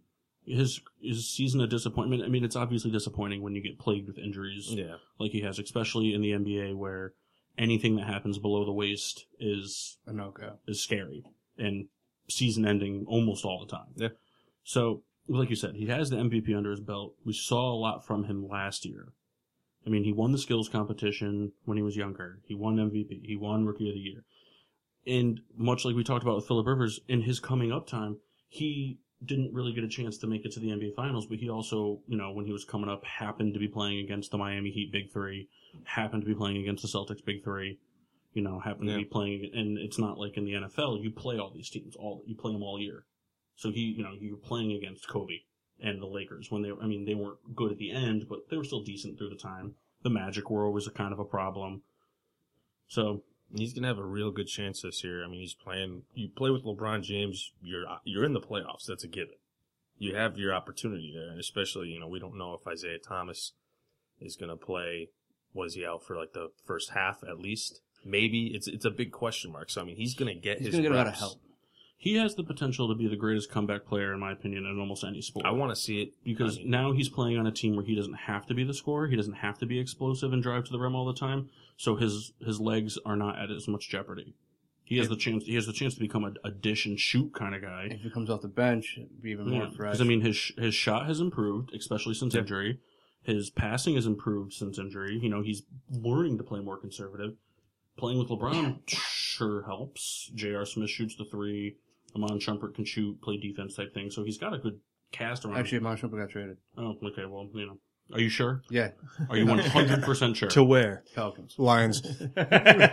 Speaker 1: his his season a disappointment. I mean, it's obviously disappointing when you get plagued with injuries
Speaker 5: Yeah,
Speaker 1: like he has, especially in the NBA where anything that happens below the waist is
Speaker 2: A no go.
Speaker 1: is scary and season ending almost all the time.
Speaker 5: Yeah.
Speaker 1: So, like you said, he has the MVP under his belt. We saw a lot from him last year. I mean, he won the skills competition when he was younger. He won MVP. He won Rookie of the Year. And much like we talked about with Philip Rivers, in his coming up time, he didn't really get a chance to make it to the NBA Finals, but he also, you know, when he was coming up, happened to be playing against the Miami Heat Big Three, happened to be playing against the Celtics Big Three, you know, happened
Speaker 5: Yeah.
Speaker 1: to be playing, and it's not like in the NFL, you play all these teams, all you play them all year. So he, you know, you were playing against Kobe and the Lakers when they, I mean, they weren't good at the end, but they were still decent through the time. The Magic were always a kind of a problem. So
Speaker 5: he's gonna have a real good chance this year. I mean, he's playing. You play with LeBron James, you're you're in the playoffs. That's a given. You have your opportunity there, and especially you know we don't know if Isaiah Thomas is gonna play. Was he out for like the first half at least? Maybe it's it's a big question mark. So I mean, he's gonna get
Speaker 2: He's
Speaker 5: his
Speaker 2: gonna get a lot of
Speaker 5: reps.
Speaker 2: help.
Speaker 1: he has the potential to be the greatest comeback player, in my opinion, in almost any sport.
Speaker 5: I want to see it
Speaker 1: because
Speaker 5: I mean,
Speaker 1: now he's playing on a team where he doesn't have to be the scorer, he doesn't have to be explosive and drive to the rim all the time, so his his legs are not at as much jeopardy. He has the chance. He has the chance to become a, a dish and shoot kind of guy.
Speaker 2: If he comes off the bench, it'd be even more fresh.
Speaker 1: Because I mean, his sh- his shot has improved, especially since injury. His passing has improved since injury. You know, he's learning to play more conservative. Playing with LeBron sure helps. J.R. Smith shoots the three. Amon Shumpert can shoot, play defense type thing. So he's got a good cast around. him.
Speaker 2: Actually, Marshall got traded.
Speaker 1: oh, okay. Well, you know, are you sure?
Speaker 2: Yeah,
Speaker 1: Are you one hundred percent sure?
Speaker 5: To where?
Speaker 2: Falcons.
Speaker 3: Lions.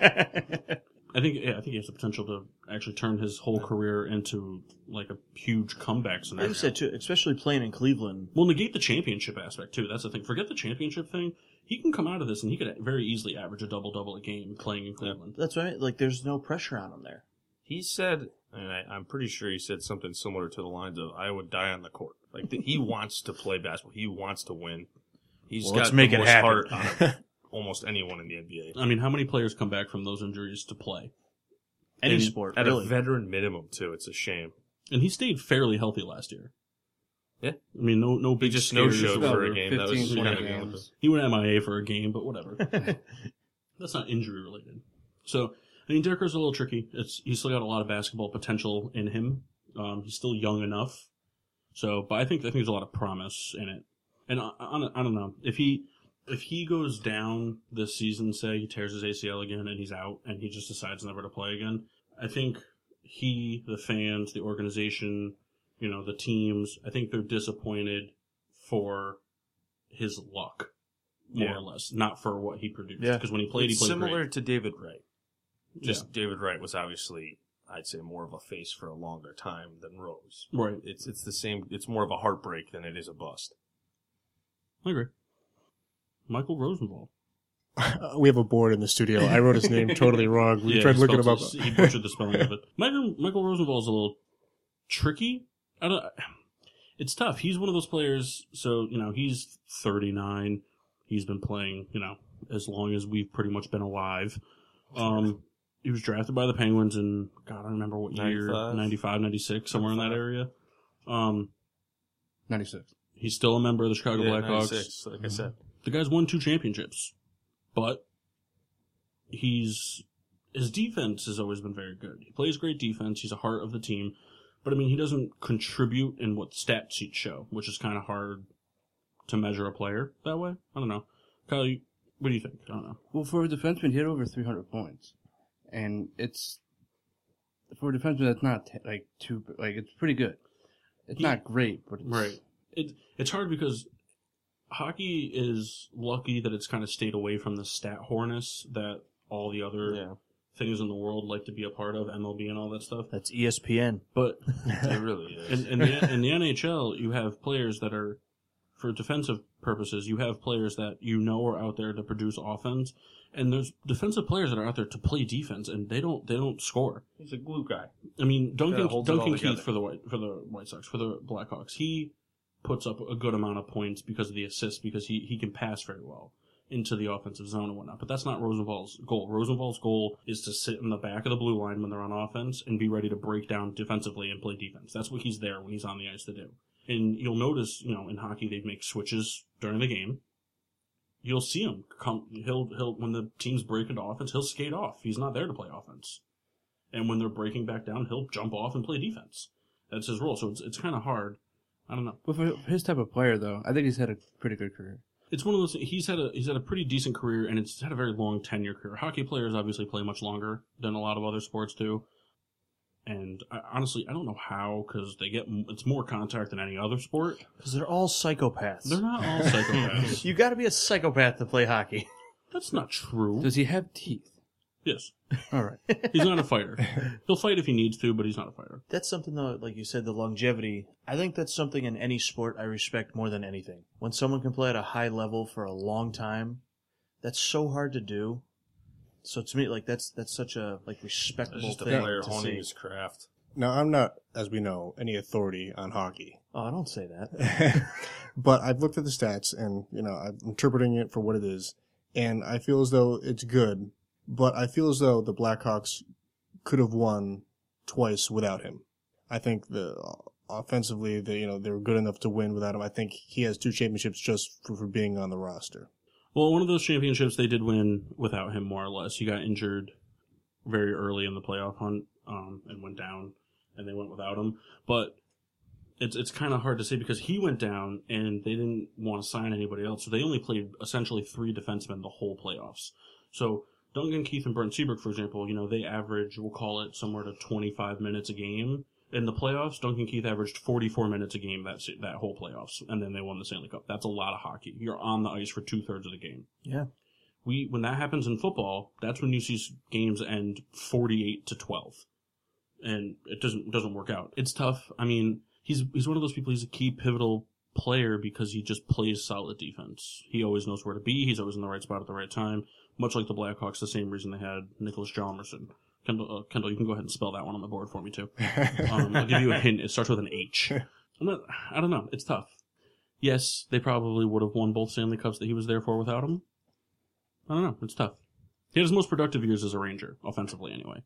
Speaker 1: I think yeah, I think he has the potential to actually turn his whole career into like a huge comeback
Speaker 4: Like
Speaker 1: scenario.
Speaker 4: you said too, especially playing in Cleveland.
Speaker 1: Well, negate the championship aspect too. That's the thing. Forget the championship thing. He can come out of this and he could very easily average a double double a game playing in Cleveland.
Speaker 4: That's what I mean. Like, there's no pressure on him there.
Speaker 5: He said, and I, I'm pretty sure he said something similar to the lines of, "I would die on the court." Like that he wants to play basketball. He wants to win. He's
Speaker 6: Well,
Speaker 5: got
Speaker 6: let's make
Speaker 5: the
Speaker 6: it
Speaker 5: most
Speaker 6: happen.
Speaker 5: heart out of almost anyone in the NBA.
Speaker 1: I mean, how many players come back from those injuries to play?
Speaker 4: Any
Speaker 1: And
Speaker 4: sport,
Speaker 5: At
Speaker 4: really.
Speaker 5: a veteran minimum, too. It's a shame.
Speaker 1: And he stayed fairly healthy last year.
Speaker 5: Yeah.
Speaker 1: I mean, no, no big
Speaker 5: just
Speaker 1: scares
Speaker 5: no-showed
Speaker 1: or-
Speaker 5: for a game. That was
Speaker 2: 15,
Speaker 1: kind
Speaker 2: 20
Speaker 1: of
Speaker 5: game.
Speaker 2: games.
Speaker 1: He went MIA for a game, but whatever. That's not injury related. So, I mean, Derek Rose is a little tricky. It's he's still got a lot of basketball potential in him. Um, he's still young enough. So, but I think I think there's a lot of promise in it. And I, I, I don't know if he if he goes down this season, say he tears his ACL again and he's out, and he just decides never to play again. I think he, the fans, the organization, you know, the teams. I think they're disappointed for his luck, more
Speaker 5: Yeah.
Speaker 1: or less, not for what he produced.
Speaker 4: Yeah.
Speaker 1: Because when he played,
Speaker 5: It's
Speaker 1: he played
Speaker 5: similar
Speaker 1: great.
Speaker 5: to David Wright. Just
Speaker 1: yeah.
Speaker 5: David Wright was obviously, I'd say, more of a face for a longer time than Rose.
Speaker 1: Right.
Speaker 5: It's it's the same. It's more of a heartbreak than it is a bust.
Speaker 1: I agree. Michael Rosenwald.
Speaker 3: we have a board in the studio. I wrote his name totally wrong. We
Speaker 1: Yeah,
Speaker 3: tried
Speaker 1: he
Speaker 3: looking him up.
Speaker 1: spelled- He butchered the spelling of it. Michael, Michael Rosenwald's a little tricky. I don't. It's tough. He's one of those players. So you know, he's 39. He's been playing. You know, as long as we've pretty much been alive. Um, he was drafted by the Penguins in God, I don't remember what year,
Speaker 5: 95?
Speaker 1: 95, 96, somewhere in that
Speaker 5: 95.
Speaker 1: area. Um,
Speaker 2: Ninety six.
Speaker 1: he's still a member of the Chicago
Speaker 5: Yeah,
Speaker 1: Blackhawks.
Speaker 5: 96, like I said.
Speaker 1: The guy's won two championships, but he's his defense has always been very good. He plays great defense. He's a heart of the team, but I mean he doesn't contribute in what stat sheets show, which is kind of hard to measure a player that way. I don't know, Kyle. you- What do you think? I don't know.
Speaker 2: Well, for a defenseman, he had over 300 points, and it's for a defenseman that's not t- like too like it's pretty good. It's
Speaker 1: He-
Speaker 2: not great, but it's,
Speaker 1: Right. It it's hard because hockey is lucky that it's kind of stayed away from the stat horness that all the other
Speaker 5: Yeah,
Speaker 1: things in the world like to be a part of, MLB and all that stuff.
Speaker 4: That's E ESPN.
Speaker 1: But
Speaker 5: it really is.
Speaker 1: In, in, the, in the NHL, you have players that are, for defensive purposes, you have players that you know are out there to produce offense, and there's defensive players that are out there to play defense, and they don't they don't score.
Speaker 5: He's a glue guy.
Speaker 1: I mean, Duncan
Speaker 5: Yeah, holds it all
Speaker 1: Duncan Keith
Speaker 5: together.
Speaker 1: for the White for the White Sox for the Blackhawks, he puts up a good amount of points because of the assists because he he can pass very well into the offensive zone and whatnot. But that's not Rosenval's goal. Rosenval's goal is to sit in the back of the blue line when they're on offense and be ready to break down defensively and play defense. That's what he's there when he's on the ice to do. And you'll notice, you know, in hockey they make switches during the game. You'll see him come. He'll he'll when the teams break into offense, he'll skate off. He's not there to play offense and when they're breaking back down, he'll jump off and play defense. That's his role. So it's it's kind of hard. I don't know.
Speaker 2: But for his type of player, though, I think he's had a pretty good career.
Speaker 1: It's one of those. He's had a he's had a pretty decent career, and it's had a very long tenure career. Hockey players obviously play much longer than a lot of other sports do. And I, honestly, I don't know how because they get m- it's more contact than any other sport.
Speaker 4: Because they're all psychopaths.
Speaker 1: They're not all psychopaths.
Speaker 4: You got to be a psychopath to play hockey.
Speaker 1: That's not true.
Speaker 2: Does he have teeth?
Speaker 1: Yes,
Speaker 2: All right.
Speaker 1: he's not a fighter. He'll fight if he needs to, but he's not a fighter.
Speaker 4: That's something, though, like you said, the longevity. I think that's something in any sport I respect more than anything. When someone can play at a high level for a long time, that's so hard to do. So to me, like that's that's such a like respectable
Speaker 5: It's just a
Speaker 4: thing
Speaker 5: player
Speaker 4: to
Speaker 5: honing
Speaker 4: see.
Speaker 5: his craft.
Speaker 3: Now, I'm not, as we know, any authority on hockey.
Speaker 4: Oh, don't say that.
Speaker 3: but I've looked at the stats and, you know, I'm interpreting it for what it is. And I feel as though it's good, but I feel as though the Blackhawks could have won twice without him. I think the uh, offensively, they, you know, they were good enough to win without him. I think he has two championships just for, for being on the roster.
Speaker 1: Well, one of those championships they did win without him, more or less. He got injured very early in the playoff hunt um, and went down, and they went without him. But it's it's kind of hard to say because he went down and they didn't want to sign anybody else, so they only played essentially three defensemen the whole playoffs. So Duncan Keith and Brent Seabrook, for example, you know they average we'll call it somewhere to 25 minutes a game in the playoffs. Duncan Keith averaged 44 minutes a game that se- that whole playoffs, and then they won the Stanley Cup. That's a lot of hockey. You're on the ice for two thirds of the game.
Speaker 4: Yeah.
Speaker 1: We when that happens in football, that's when you see s- games end 48 to 12 and it doesn't doesn't work out. It's tough. I mean, he's he's one of those people. He's a key pivotal player because he just plays solid defense. He always knows where to be. He's always in the right spot at the right time. Much like the Blackhawks, the same reason they had Nicholas Jalmerson. Kendall, uh, Kendall, you can go ahead and spell that one on the board for me too. Um, I'll give you a hint. It starts with an H. I'm not, I don't know. It's tough. Yes, they probably would have won both Stanley Cups that he was there for without him. I don't know. It's tough. He had his most productive years as a Ranger, offensively, anyway.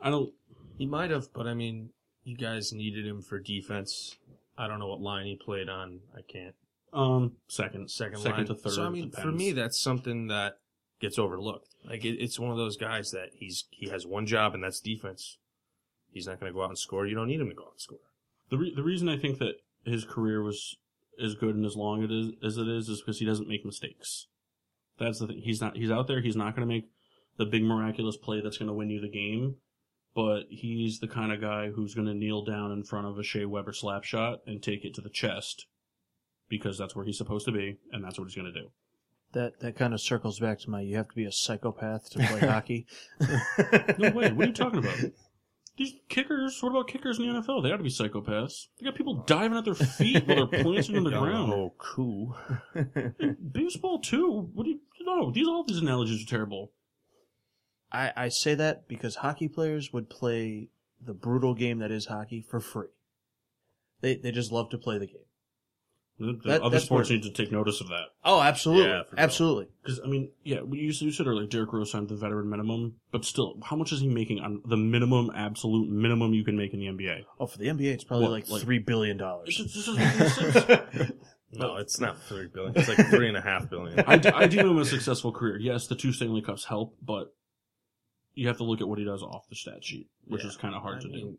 Speaker 1: I don't.
Speaker 5: He might have, but I mean, you guys needed him for defense. I don't know what line he played on. I can't.
Speaker 1: Um, second,
Speaker 5: Second,
Speaker 1: second
Speaker 5: line.
Speaker 1: to third.
Speaker 5: So I mean, for
Speaker 1: depends.
Speaker 5: me, that's something that gets overlooked. Like it, it's one of those guys that he's he has one job, and that's defense. He's not going to go out and score. You don't need him to go out and score.
Speaker 1: the re- the reason I think that his career was as good and as long it is as it is is because he doesn't make mistakes. That's the thing. He's not. He's out there. He's not going to make the big miraculous play that's going to win you the game. But he's the kind of guy who's going to kneel down in front of a Shea Weber slap shot and take it to the chest because that's where he's supposed to be and that's what he's going to do.
Speaker 4: That that kind of circles back to my you have to be a psychopath to play hockey.
Speaker 1: No way. what are you talking about? These kickers. What about kickers in the NFL? They ought to be psychopaths. They got people diving at their feet while they're planting in the
Speaker 5: Y'all
Speaker 1: ground.
Speaker 5: know, cool.
Speaker 1: Baseball too. What do you? No, these all these analogies are terrible.
Speaker 4: I, I say that because hockey players would play the brutal game that is hockey for free. They they just love to play the game.
Speaker 1: The, the
Speaker 4: That-
Speaker 1: other
Speaker 4: that's
Speaker 1: sports
Speaker 4: where-
Speaker 1: need to take notice of that.
Speaker 4: Oh, absolutely,
Speaker 5: Yeah, for sure.
Speaker 4: absolutely.
Speaker 1: Because I mean, yeah, we used you said earlier Derek Rose signed the veteran minimum, but still, how much is he making on the minimum, absolute minimum you can make in the NBA?
Speaker 4: Oh, for the NBA, it's probably
Speaker 1: What,
Speaker 4: like,
Speaker 1: like-
Speaker 4: three billion
Speaker 1: This
Speaker 4: dollars.
Speaker 1: is- this is- this is-
Speaker 5: No, it's not three billion. It's like three and a half billion.
Speaker 1: I, d- I do him a successful career. Yes, the two Stanley Cups help, but you have to look at what he does off the stat sheet, which
Speaker 5: Yeah,
Speaker 1: is kind of hard
Speaker 5: I
Speaker 1: to do.
Speaker 5: mean,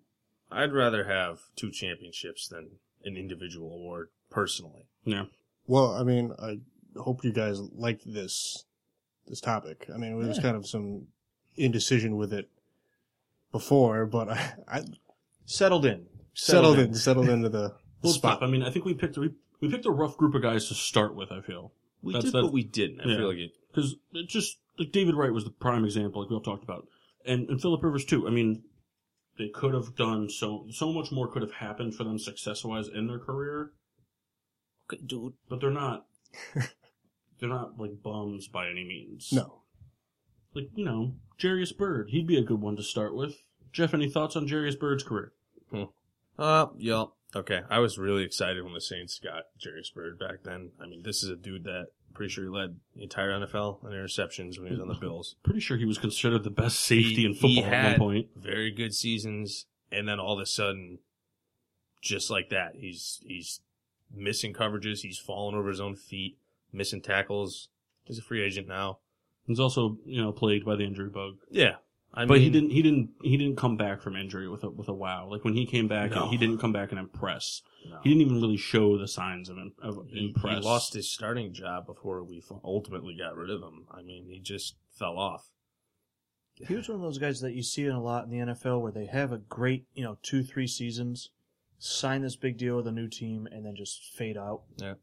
Speaker 5: I'd rather have two championships than an individual award personally.
Speaker 1: Yeah,
Speaker 3: Well, I mean, I hope you guys liked this this topic. I mean, there was
Speaker 4: Yeah.
Speaker 3: kind of some indecision with it before, but I, I settled,
Speaker 4: Settled in.
Speaker 3: in, settled into the, the
Speaker 1: Well,
Speaker 3: spot.
Speaker 1: I mean, I think we picked we, we picked a rough group of guys to start with. I feel.
Speaker 5: We
Speaker 1: That's-
Speaker 5: did,
Speaker 1: that's-
Speaker 5: but we didn't. I
Speaker 1: yeah.
Speaker 5: feel like it.
Speaker 1: because it just like David Wright was the prime example, like we all talked about, and and Philip Rivers too. I mean, they could have done so so much more could have happened for them success wise in their career,
Speaker 4: Okay, dude.
Speaker 1: but they're not they're not like bums by any means.
Speaker 3: No,
Speaker 1: like you know Jarius Bird, he'd be a good one to start with. Jeff, any thoughts on Jarius Bird's career?
Speaker 5: Uh, yeah. Okay. I was really excited when the Saints got Jarius Bird back then. I mean, this is a dude that I'm pretty sure he led the entire NFL in interceptions when he was on the Bills.
Speaker 1: Pretty sure he was considered the best safety
Speaker 5: He-
Speaker 1: in
Speaker 5: he
Speaker 1: football at
Speaker 5: had-
Speaker 1: one point.
Speaker 5: Very good seasons, and then all of a sudden, just like that, he's he's missing coverages. He's falling over his own feet, missing tackles. He's a free agent now.
Speaker 1: He's also you know plagued by the injury bug.
Speaker 5: Yeah, I
Speaker 1: but
Speaker 5: mean,
Speaker 1: he didn't. He didn't. He didn't come back from injury with a with a wow. Like when he came back,
Speaker 5: No.
Speaker 1: he didn't come back and impress.
Speaker 5: no.
Speaker 1: He didn't even really show the signs of, im- of
Speaker 5: He- he
Speaker 1: impress.
Speaker 5: lost his starting job before we fu- ultimately got rid of him. I mean, he just fell off.
Speaker 4: He was one of those guys that you see in a lot in the NFL where they have a great, you know, two, three seasons, sign this big deal with a new team, and then just fade out.
Speaker 5: Yeah.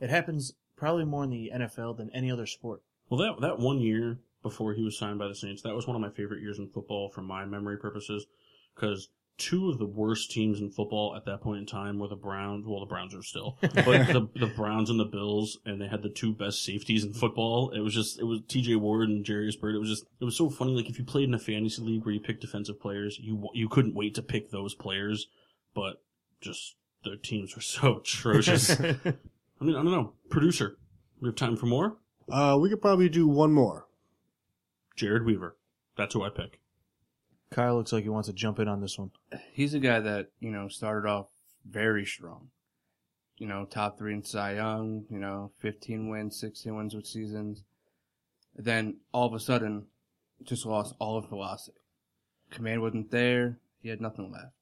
Speaker 4: It happens probably more in the NFL than any other sport.
Speaker 1: Well, that that one year before he was signed by the Saints, that was one of my favorite years in football for my memory purposes, because two of the worst teams in football at that point in time were the Browns. Well, the Browns are still, but the the Browns and the Bills, and they had the two best safeties in football. It was just it was T.J. Ward and Jarius Bird. It was just it was so funny. Like if you played in a fantasy league where you picked defensive players, you wa- you couldn't wait to pick those players, but just their teams were so atrocious. I mean, I don't know. Producer, we have time for more.
Speaker 3: uh, we could probably do one more.
Speaker 1: Jared Weaver. That's who I pick.
Speaker 4: Kyle looks like he wants to jump in on this one.
Speaker 2: he's a guy that you know started off very strong. You know, top three in Cy Young. You know, fifteen wins, sixteen wins with seasons. Then all of a sudden, just lost all of velocity. Command wasn't there. He had nothing left.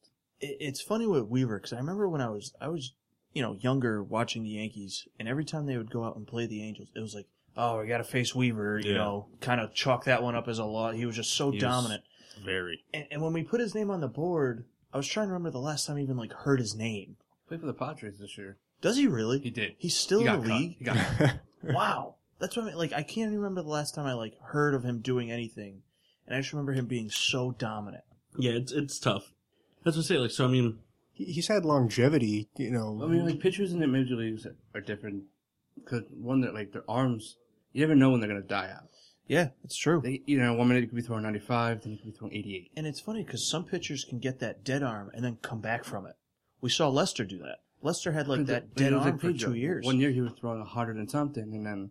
Speaker 4: it- it's funny with Weaver because I remember when I was I was you know younger watching the Yankees, and every time they would go out and play the Angels, it was like, oh, we got to face Weaver, you
Speaker 5: Yeah.
Speaker 4: know, kind of chalk that one up as a lot. He was just so
Speaker 5: He was-
Speaker 4: dominant.
Speaker 5: Very.
Speaker 4: And, and when we put his name on the board, I was trying to remember the last time I even like heard his name.
Speaker 2: Played for the Padres this year.
Speaker 4: Does he really?
Speaker 2: He did.
Speaker 4: He's still
Speaker 2: he
Speaker 4: in the
Speaker 2: cut.
Speaker 4: league.
Speaker 2: He got cut.
Speaker 4: wow, that's what I mean. Like I can't even remember the last time I like heard of him doing anything, and I just remember him being so dominant.
Speaker 1: Yeah, it's it's tough. That's what I say. Like, so I mean,
Speaker 3: He- He's had longevity, you know.
Speaker 2: I mean, like pitchers in the major leagues are different because one, they're like their arms. You never know when they're gonna die out.
Speaker 4: Yeah, it's true.
Speaker 2: They, you know, one minute you could be throwing 95, then you could be throwing 88.
Speaker 4: And it's funny because some pitchers can get that dead arm and then come back from it. We saw Lester do that. Lester had like
Speaker 2: And
Speaker 4: that
Speaker 2: it
Speaker 4: dead
Speaker 2: was
Speaker 4: arm
Speaker 2: like
Speaker 4: for
Speaker 2: Pedro.
Speaker 4: two years.
Speaker 2: One year he was throwing 100 and something, and then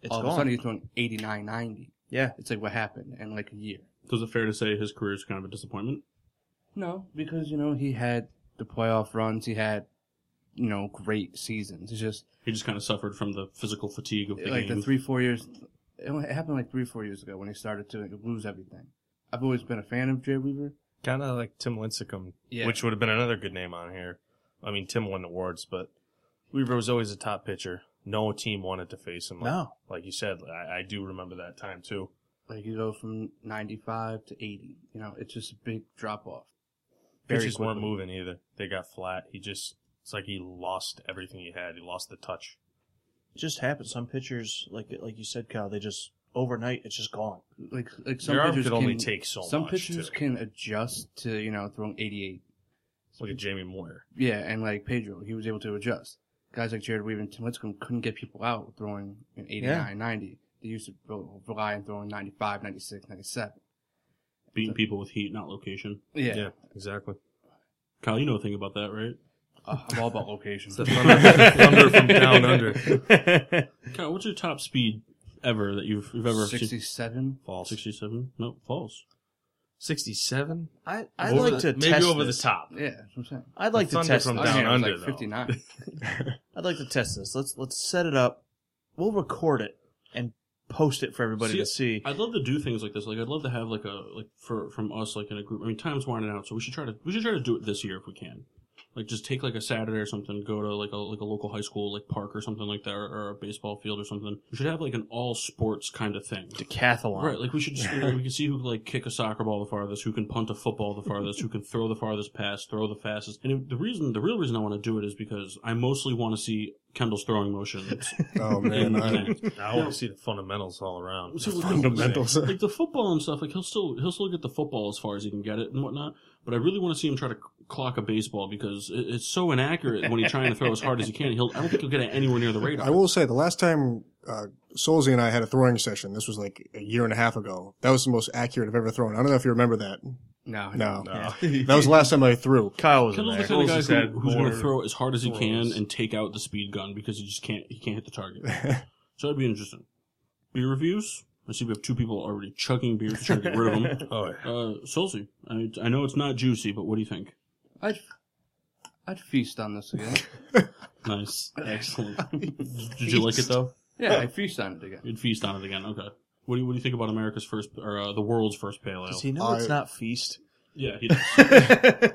Speaker 4: it's
Speaker 2: all
Speaker 4: gone.
Speaker 2: of a sudden he's throwing 89, 90.
Speaker 4: yeah,
Speaker 2: It's like what happened in like a year.
Speaker 1: is it fair to say his career is kind of a disappointment?
Speaker 2: No, because you know he had the playoff runs. He had, you know, great seasons. It's just
Speaker 1: He just kind of suffered from the physical fatigue of the
Speaker 2: like
Speaker 1: game.
Speaker 2: the three, four years. It only- it happened like three, four years ago when he started to like, lose everything. I've always been a fan of Jay Weaver.
Speaker 5: Kind of like Tim Lincecum,
Speaker 2: Yeah.
Speaker 5: which would have been another good name on here. I mean, Tim won awards, but Weaver was always a top pitcher. No team wanted to face him. Like,
Speaker 4: no,
Speaker 5: like you said, I, I do remember that time too.
Speaker 2: Like you go from ninety five to eighty. You know, it's just a big drop off. Very
Speaker 5: Pitches weren't
Speaker 2: quickly.
Speaker 5: moving either. They got flat. He just, it's like he lost everything he had. He lost the touch.
Speaker 4: it just happens. Some pitchers, like like you said, Kyle, they just overnight it's just gone.
Speaker 2: Like like some
Speaker 5: Your arm
Speaker 2: pitchers
Speaker 5: could
Speaker 2: can
Speaker 5: only take so
Speaker 2: some
Speaker 5: much.
Speaker 2: pitchers
Speaker 5: too.
Speaker 2: can adjust to you know throwing eighty eight.
Speaker 5: Look at Jamie Moyer.
Speaker 2: Yeah, and like Pedro, he was able to adjust. Guys like Jared Weaver and Tim Lincecum couldn't get people out throwing an 89,
Speaker 4: Yeah.
Speaker 2: 90. They used to re- rely on throwing 95, 96, 97.
Speaker 1: beating people with heat, not location.
Speaker 2: Yeah.
Speaker 5: exactly.
Speaker 1: Kyle, you know a thing about that, right?
Speaker 2: Uh, I'm all about location.
Speaker 5: the thunder, thunder from down under.
Speaker 4: under.
Speaker 1: Kyle, what's your top speed ever that you've, you've ever seen?
Speaker 2: 67?
Speaker 5: False.
Speaker 1: Sixty-seven? No, false.
Speaker 5: 67?
Speaker 4: I I'd
Speaker 5: Over
Speaker 4: like
Speaker 5: the-
Speaker 4: to
Speaker 5: Maybe
Speaker 4: test
Speaker 5: over
Speaker 4: this.
Speaker 5: the top.
Speaker 2: Yeah, that's what I'm saying.
Speaker 4: I'd like to
Speaker 5: The thunder
Speaker 4: test
Speaker 5: from
Speaker 4: this.
Speaker 5: down
Speaker 2: I was
Speaker 5: under,
Speaker 2: like
Speaker 5: though.
Speaker 2: 59.
Speaker 4: I'd like to test this. Let's let's set it up. We'll record it and post it for everybody
Speaker 1: See,
Speaker 4: to see.
Speaker 1: I'd love to do things like this. Like I'd love to have like a like for from us like in a group. I mean, time's winding out, so we should try to we should try to do it this year if we can. Like just take like a Saturday or something, go to like a like a local high school like park or something like that, or, or a baseball field or something. We should have like an all sports kind of thing.
Speaker 4: Decathlon.
Speaker 1: Right, like we should just we can see who can like kick a soccer ball the farthest, who can punt a football the farthest, who can throw the farthest pass, throw the fastest. And the reason, the real reason I want to do it is because I mostly want to see Kendall's throwing motions.
Speaker 3: oh
Speaker 1: in-
Speaker 3: man,
Speaker 1: in
Speaker 3: I,
Speaker 1: act.
Speaker 5: I want to see the fundamentals all around.
Speaker 1: So-
Speaker 3: fundamentals.
Speaker 1: like the football and stuff, like he'll still he'll still get the football as far as he can get it and whatnot. But I really want to see him try to c- clock a baseball because it, it's so inaccurate when he's trying to throw as hard as he can. He'll I don't think he'll get it anywhere near the radar.
Speaker 3: I will say the last time uh, Solzy and I had a throwing session, this was like a year and a half ago. That was the most accurate I've ever thrown. I don't know if you remember that.
Speaker 2: No.
Speaker 3: No,
Speaker 5: No.
Speaker 3: that was the last time I threw.
Speaker 4: Kyle was in
Speaker 1: Kendall's the
Speaker 4: there.
Speaker 1: kind of guy who-
Speaker 5: Rules is that
Speaker 1: who's going to
Speaker 5: more
Speaker 1: throw as hard as he can
Speaker 5: rules.
Speaker 1: and take out the speed gun because he just can't he can't hit the target. so that'd be interesting. Beer reviews. I see we have two people already chugging beers trying to get rid of them.
Speaker 5: Oh, yeah.
Speaker 1: Uh, Solzy, I, I know it's not juicy, but what do you think?
Speaker 2: I'd, I'd feast on this again.
Speaker 1: Nice, excellent. Did you like it though?
Speaker 2: yeah, I'd feast on it again.
Speaker 1: You'd feast on it again. Okay. What do you, what do you think about America's first or uh, the world's first pale ale?
Speaker 4: Does he know
Speaker 3: I-
Speaker 4: it's not feast?
Speaker 1: yeah, he does.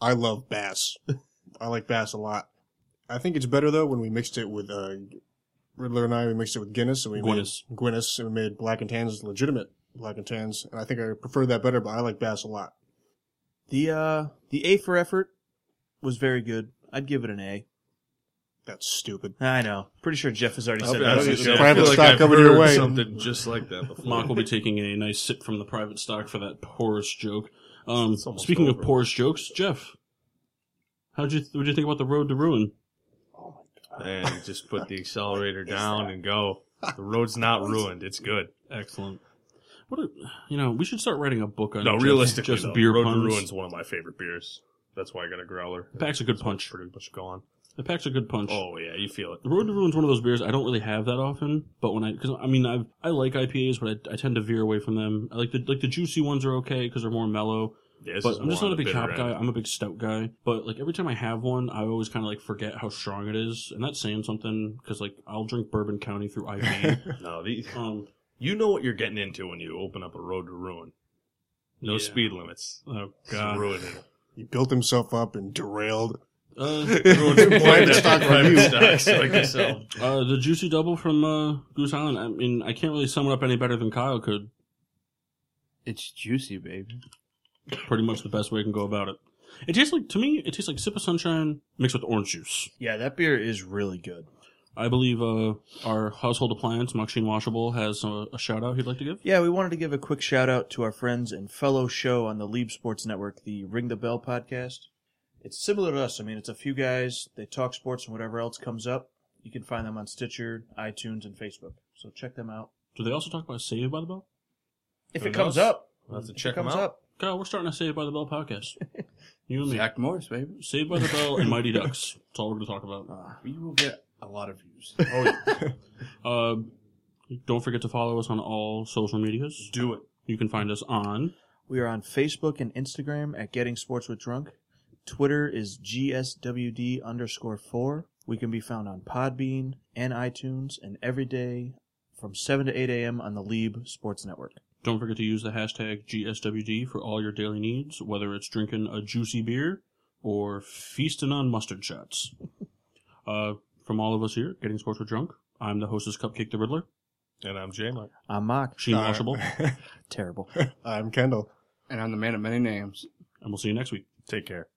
Speaker 3: I love bass. I like bass a lot. I think it's better though when we mixed it with uh, Riddler and I. We mixed it with Guinness and we
Speaker 1: Guinness.
Speaker 3: made Guinness and we made Black and Tans legitimate Black and Tans. And I think I prefer that better, but I like bass a lot.
Speaker 4: The uh the A for effort was very good. I'd give it an A.
Speaker 3: That's stupid.
Speaker 4: I know. Pretty sure Jeff has already
Speaker 5: I'll
Speaker 4: said
Speaker 5: be
Speaker 3: I
Speaker 5: honest
Speaker 3: was
Speaker 4: that.
Speaker 5: with
Speaker 3: just
Speaker 5: you, I
Speaker 3: private
Speaker 5: feel like
Speaker 3: stock
Speaker 5: I've
Speaker 3: coming your
Speaker 5: heard
Speaker 3: way.
Speaker 5: Something just like that before.
Speaker 1: Mock will be taking a nice sip from the private stock for that porous joke. Um,
Speaker 5: It's almost
Speaker 1: speaking of
Speaker 5: over.
Speaker 1: porous jokes, Jeff, how'd you what do you think about the road to ruin?
Speaker 5: and just put the accelerator down and go. The road's not ruined. It's good.
Speaker 1: Excellent. What a, you know, we should start writing a book on
Speaker 5: No,
Speaker 1: just,
Speaker 5: realistically,
Speaker 1: just
Speaker 5: though,
Speaker 1: beer
Speaker 5: Road to
Speaker 1: puns.
Speaker 5: Ruin's one of my favorite beers. That's why I got a growler.
Speaker 1: Packs a good punch.
Speaker 5: Pretty much gone.
Speaker 1: It packs a good punch.
Speaker 5: Oh yeah, you feel it.
Speaker 1: The Road to Ruin's one of those beers I don't really have that often, but when I because I mean I I like IPAs, but I, I tend to veer away from them. I like the like the juicy ones are okay because they're more mellow.
Speaker 5: Yeah, this
Speaker 1: but
Speaker 5: is
Speaker 1: I'm just
Speaker 5: more
Speaker 1: not a
Speaker 5: on the
Speaker 1: big hop
Speaker 5: bitter
Speaker 1: guy.
Speaker 5: end.
Speaker 1: I'm a big stout guy. But like every time I have one, I always kind of like forget how strong it is, and that's saying something because like I'll drink Bourbon County through IPA.
Speaker 5: No, the,
Speaker 1: um,
Speaker 5: you know what you're getting into when you open up a road to ruin. No
Speaker 1: Yeah.
Speaker 5: speed limits.
Speaker 1: oh
Speaker 5: It's
Speaker 1: god,
Speaker 5: ruining. it.
Speaker 3: He built himself up and derailed.
Speaker 1: Uh,
Speaker 3: Blame the stock on you.
Speaker 5: stocks like yourself.
Speaker 1: uh, the juicy double from uh, Goose Island. I mean, I can't really sum it up any better than Kyle could.
Speaker 2: It's juicy, baby.
Speaker 1: Pretty much the best way I can go about it. It tastes like to me. It tastes like sip of sunshine mixed with orange juice.
Speaker 4: Yeah, that beer is really good.
Speaker 1: I believe uh, our household appliance, Machine Washable, has a, a shout out he'd like to give.
Speaker 4: Yeah, we wanted to give a quick shout out to our friends and fellow show on the Lieb Sports Network, the Ring the Bell podcast. It's similar to us. I mean, it's a few guys. They talk sports and whatever else comes up. You can find them on Stitcher, iTunes, and Facebook. So check them out.
Speaker 1: Do they also talk about Saved by the Bell?
Speaker 4: If
Speaker 5: Who
Speaker 4: it comes
Speaker 5: knows?
Speaker 4: up,
Speaker 5: We'll have to
Speaker 4: If it
Speaker 5: check 'em
Speaker 4: comes
Speaker 5: out.
Speaker 1: Kyle, we're starting a Saved by the Bell podcast. You and me.
Speaker 2: Zach Morris, baby.
Speaker 1: Saved by the Bell and Mighty Ducks. That's all we're going to talk about.
Speaker 5: We will get a lot of views.
Speaker 3: Oh, yeah.
Speaker 1: Uh, don't forget to follow us on all social medias.
Speaker 5: Do it.
Speaker 1: You can find us on
Speaker 4: We are on Facebook and Instagram at Getting Sports with Drunk. Twitter is GSWD underscore four. We can be found on Podbean and iTunes and every day from 7 to 8 a.m. on the Lieb Sports Network.
Speaker 1: Don't forget to use the hashtag GSWD for all your daily needs, whether it's drinking a juicy beer or feasting on mustard shots. Uh, from all of us here, getting sports with drunk. I'm the hostess Cupcake the Riddler,
Speaker 5: And I'm J Mike.
Speaker 4: I'm Mock.
Speaker 1: Sheen Washable,
Speaker 4: Terrible.
Speaker 3: I'm Kendall.
Speaker 2: And I'm the man of many names.
Speaker 1: and we'll see you next week.
Speaker 5: Take care.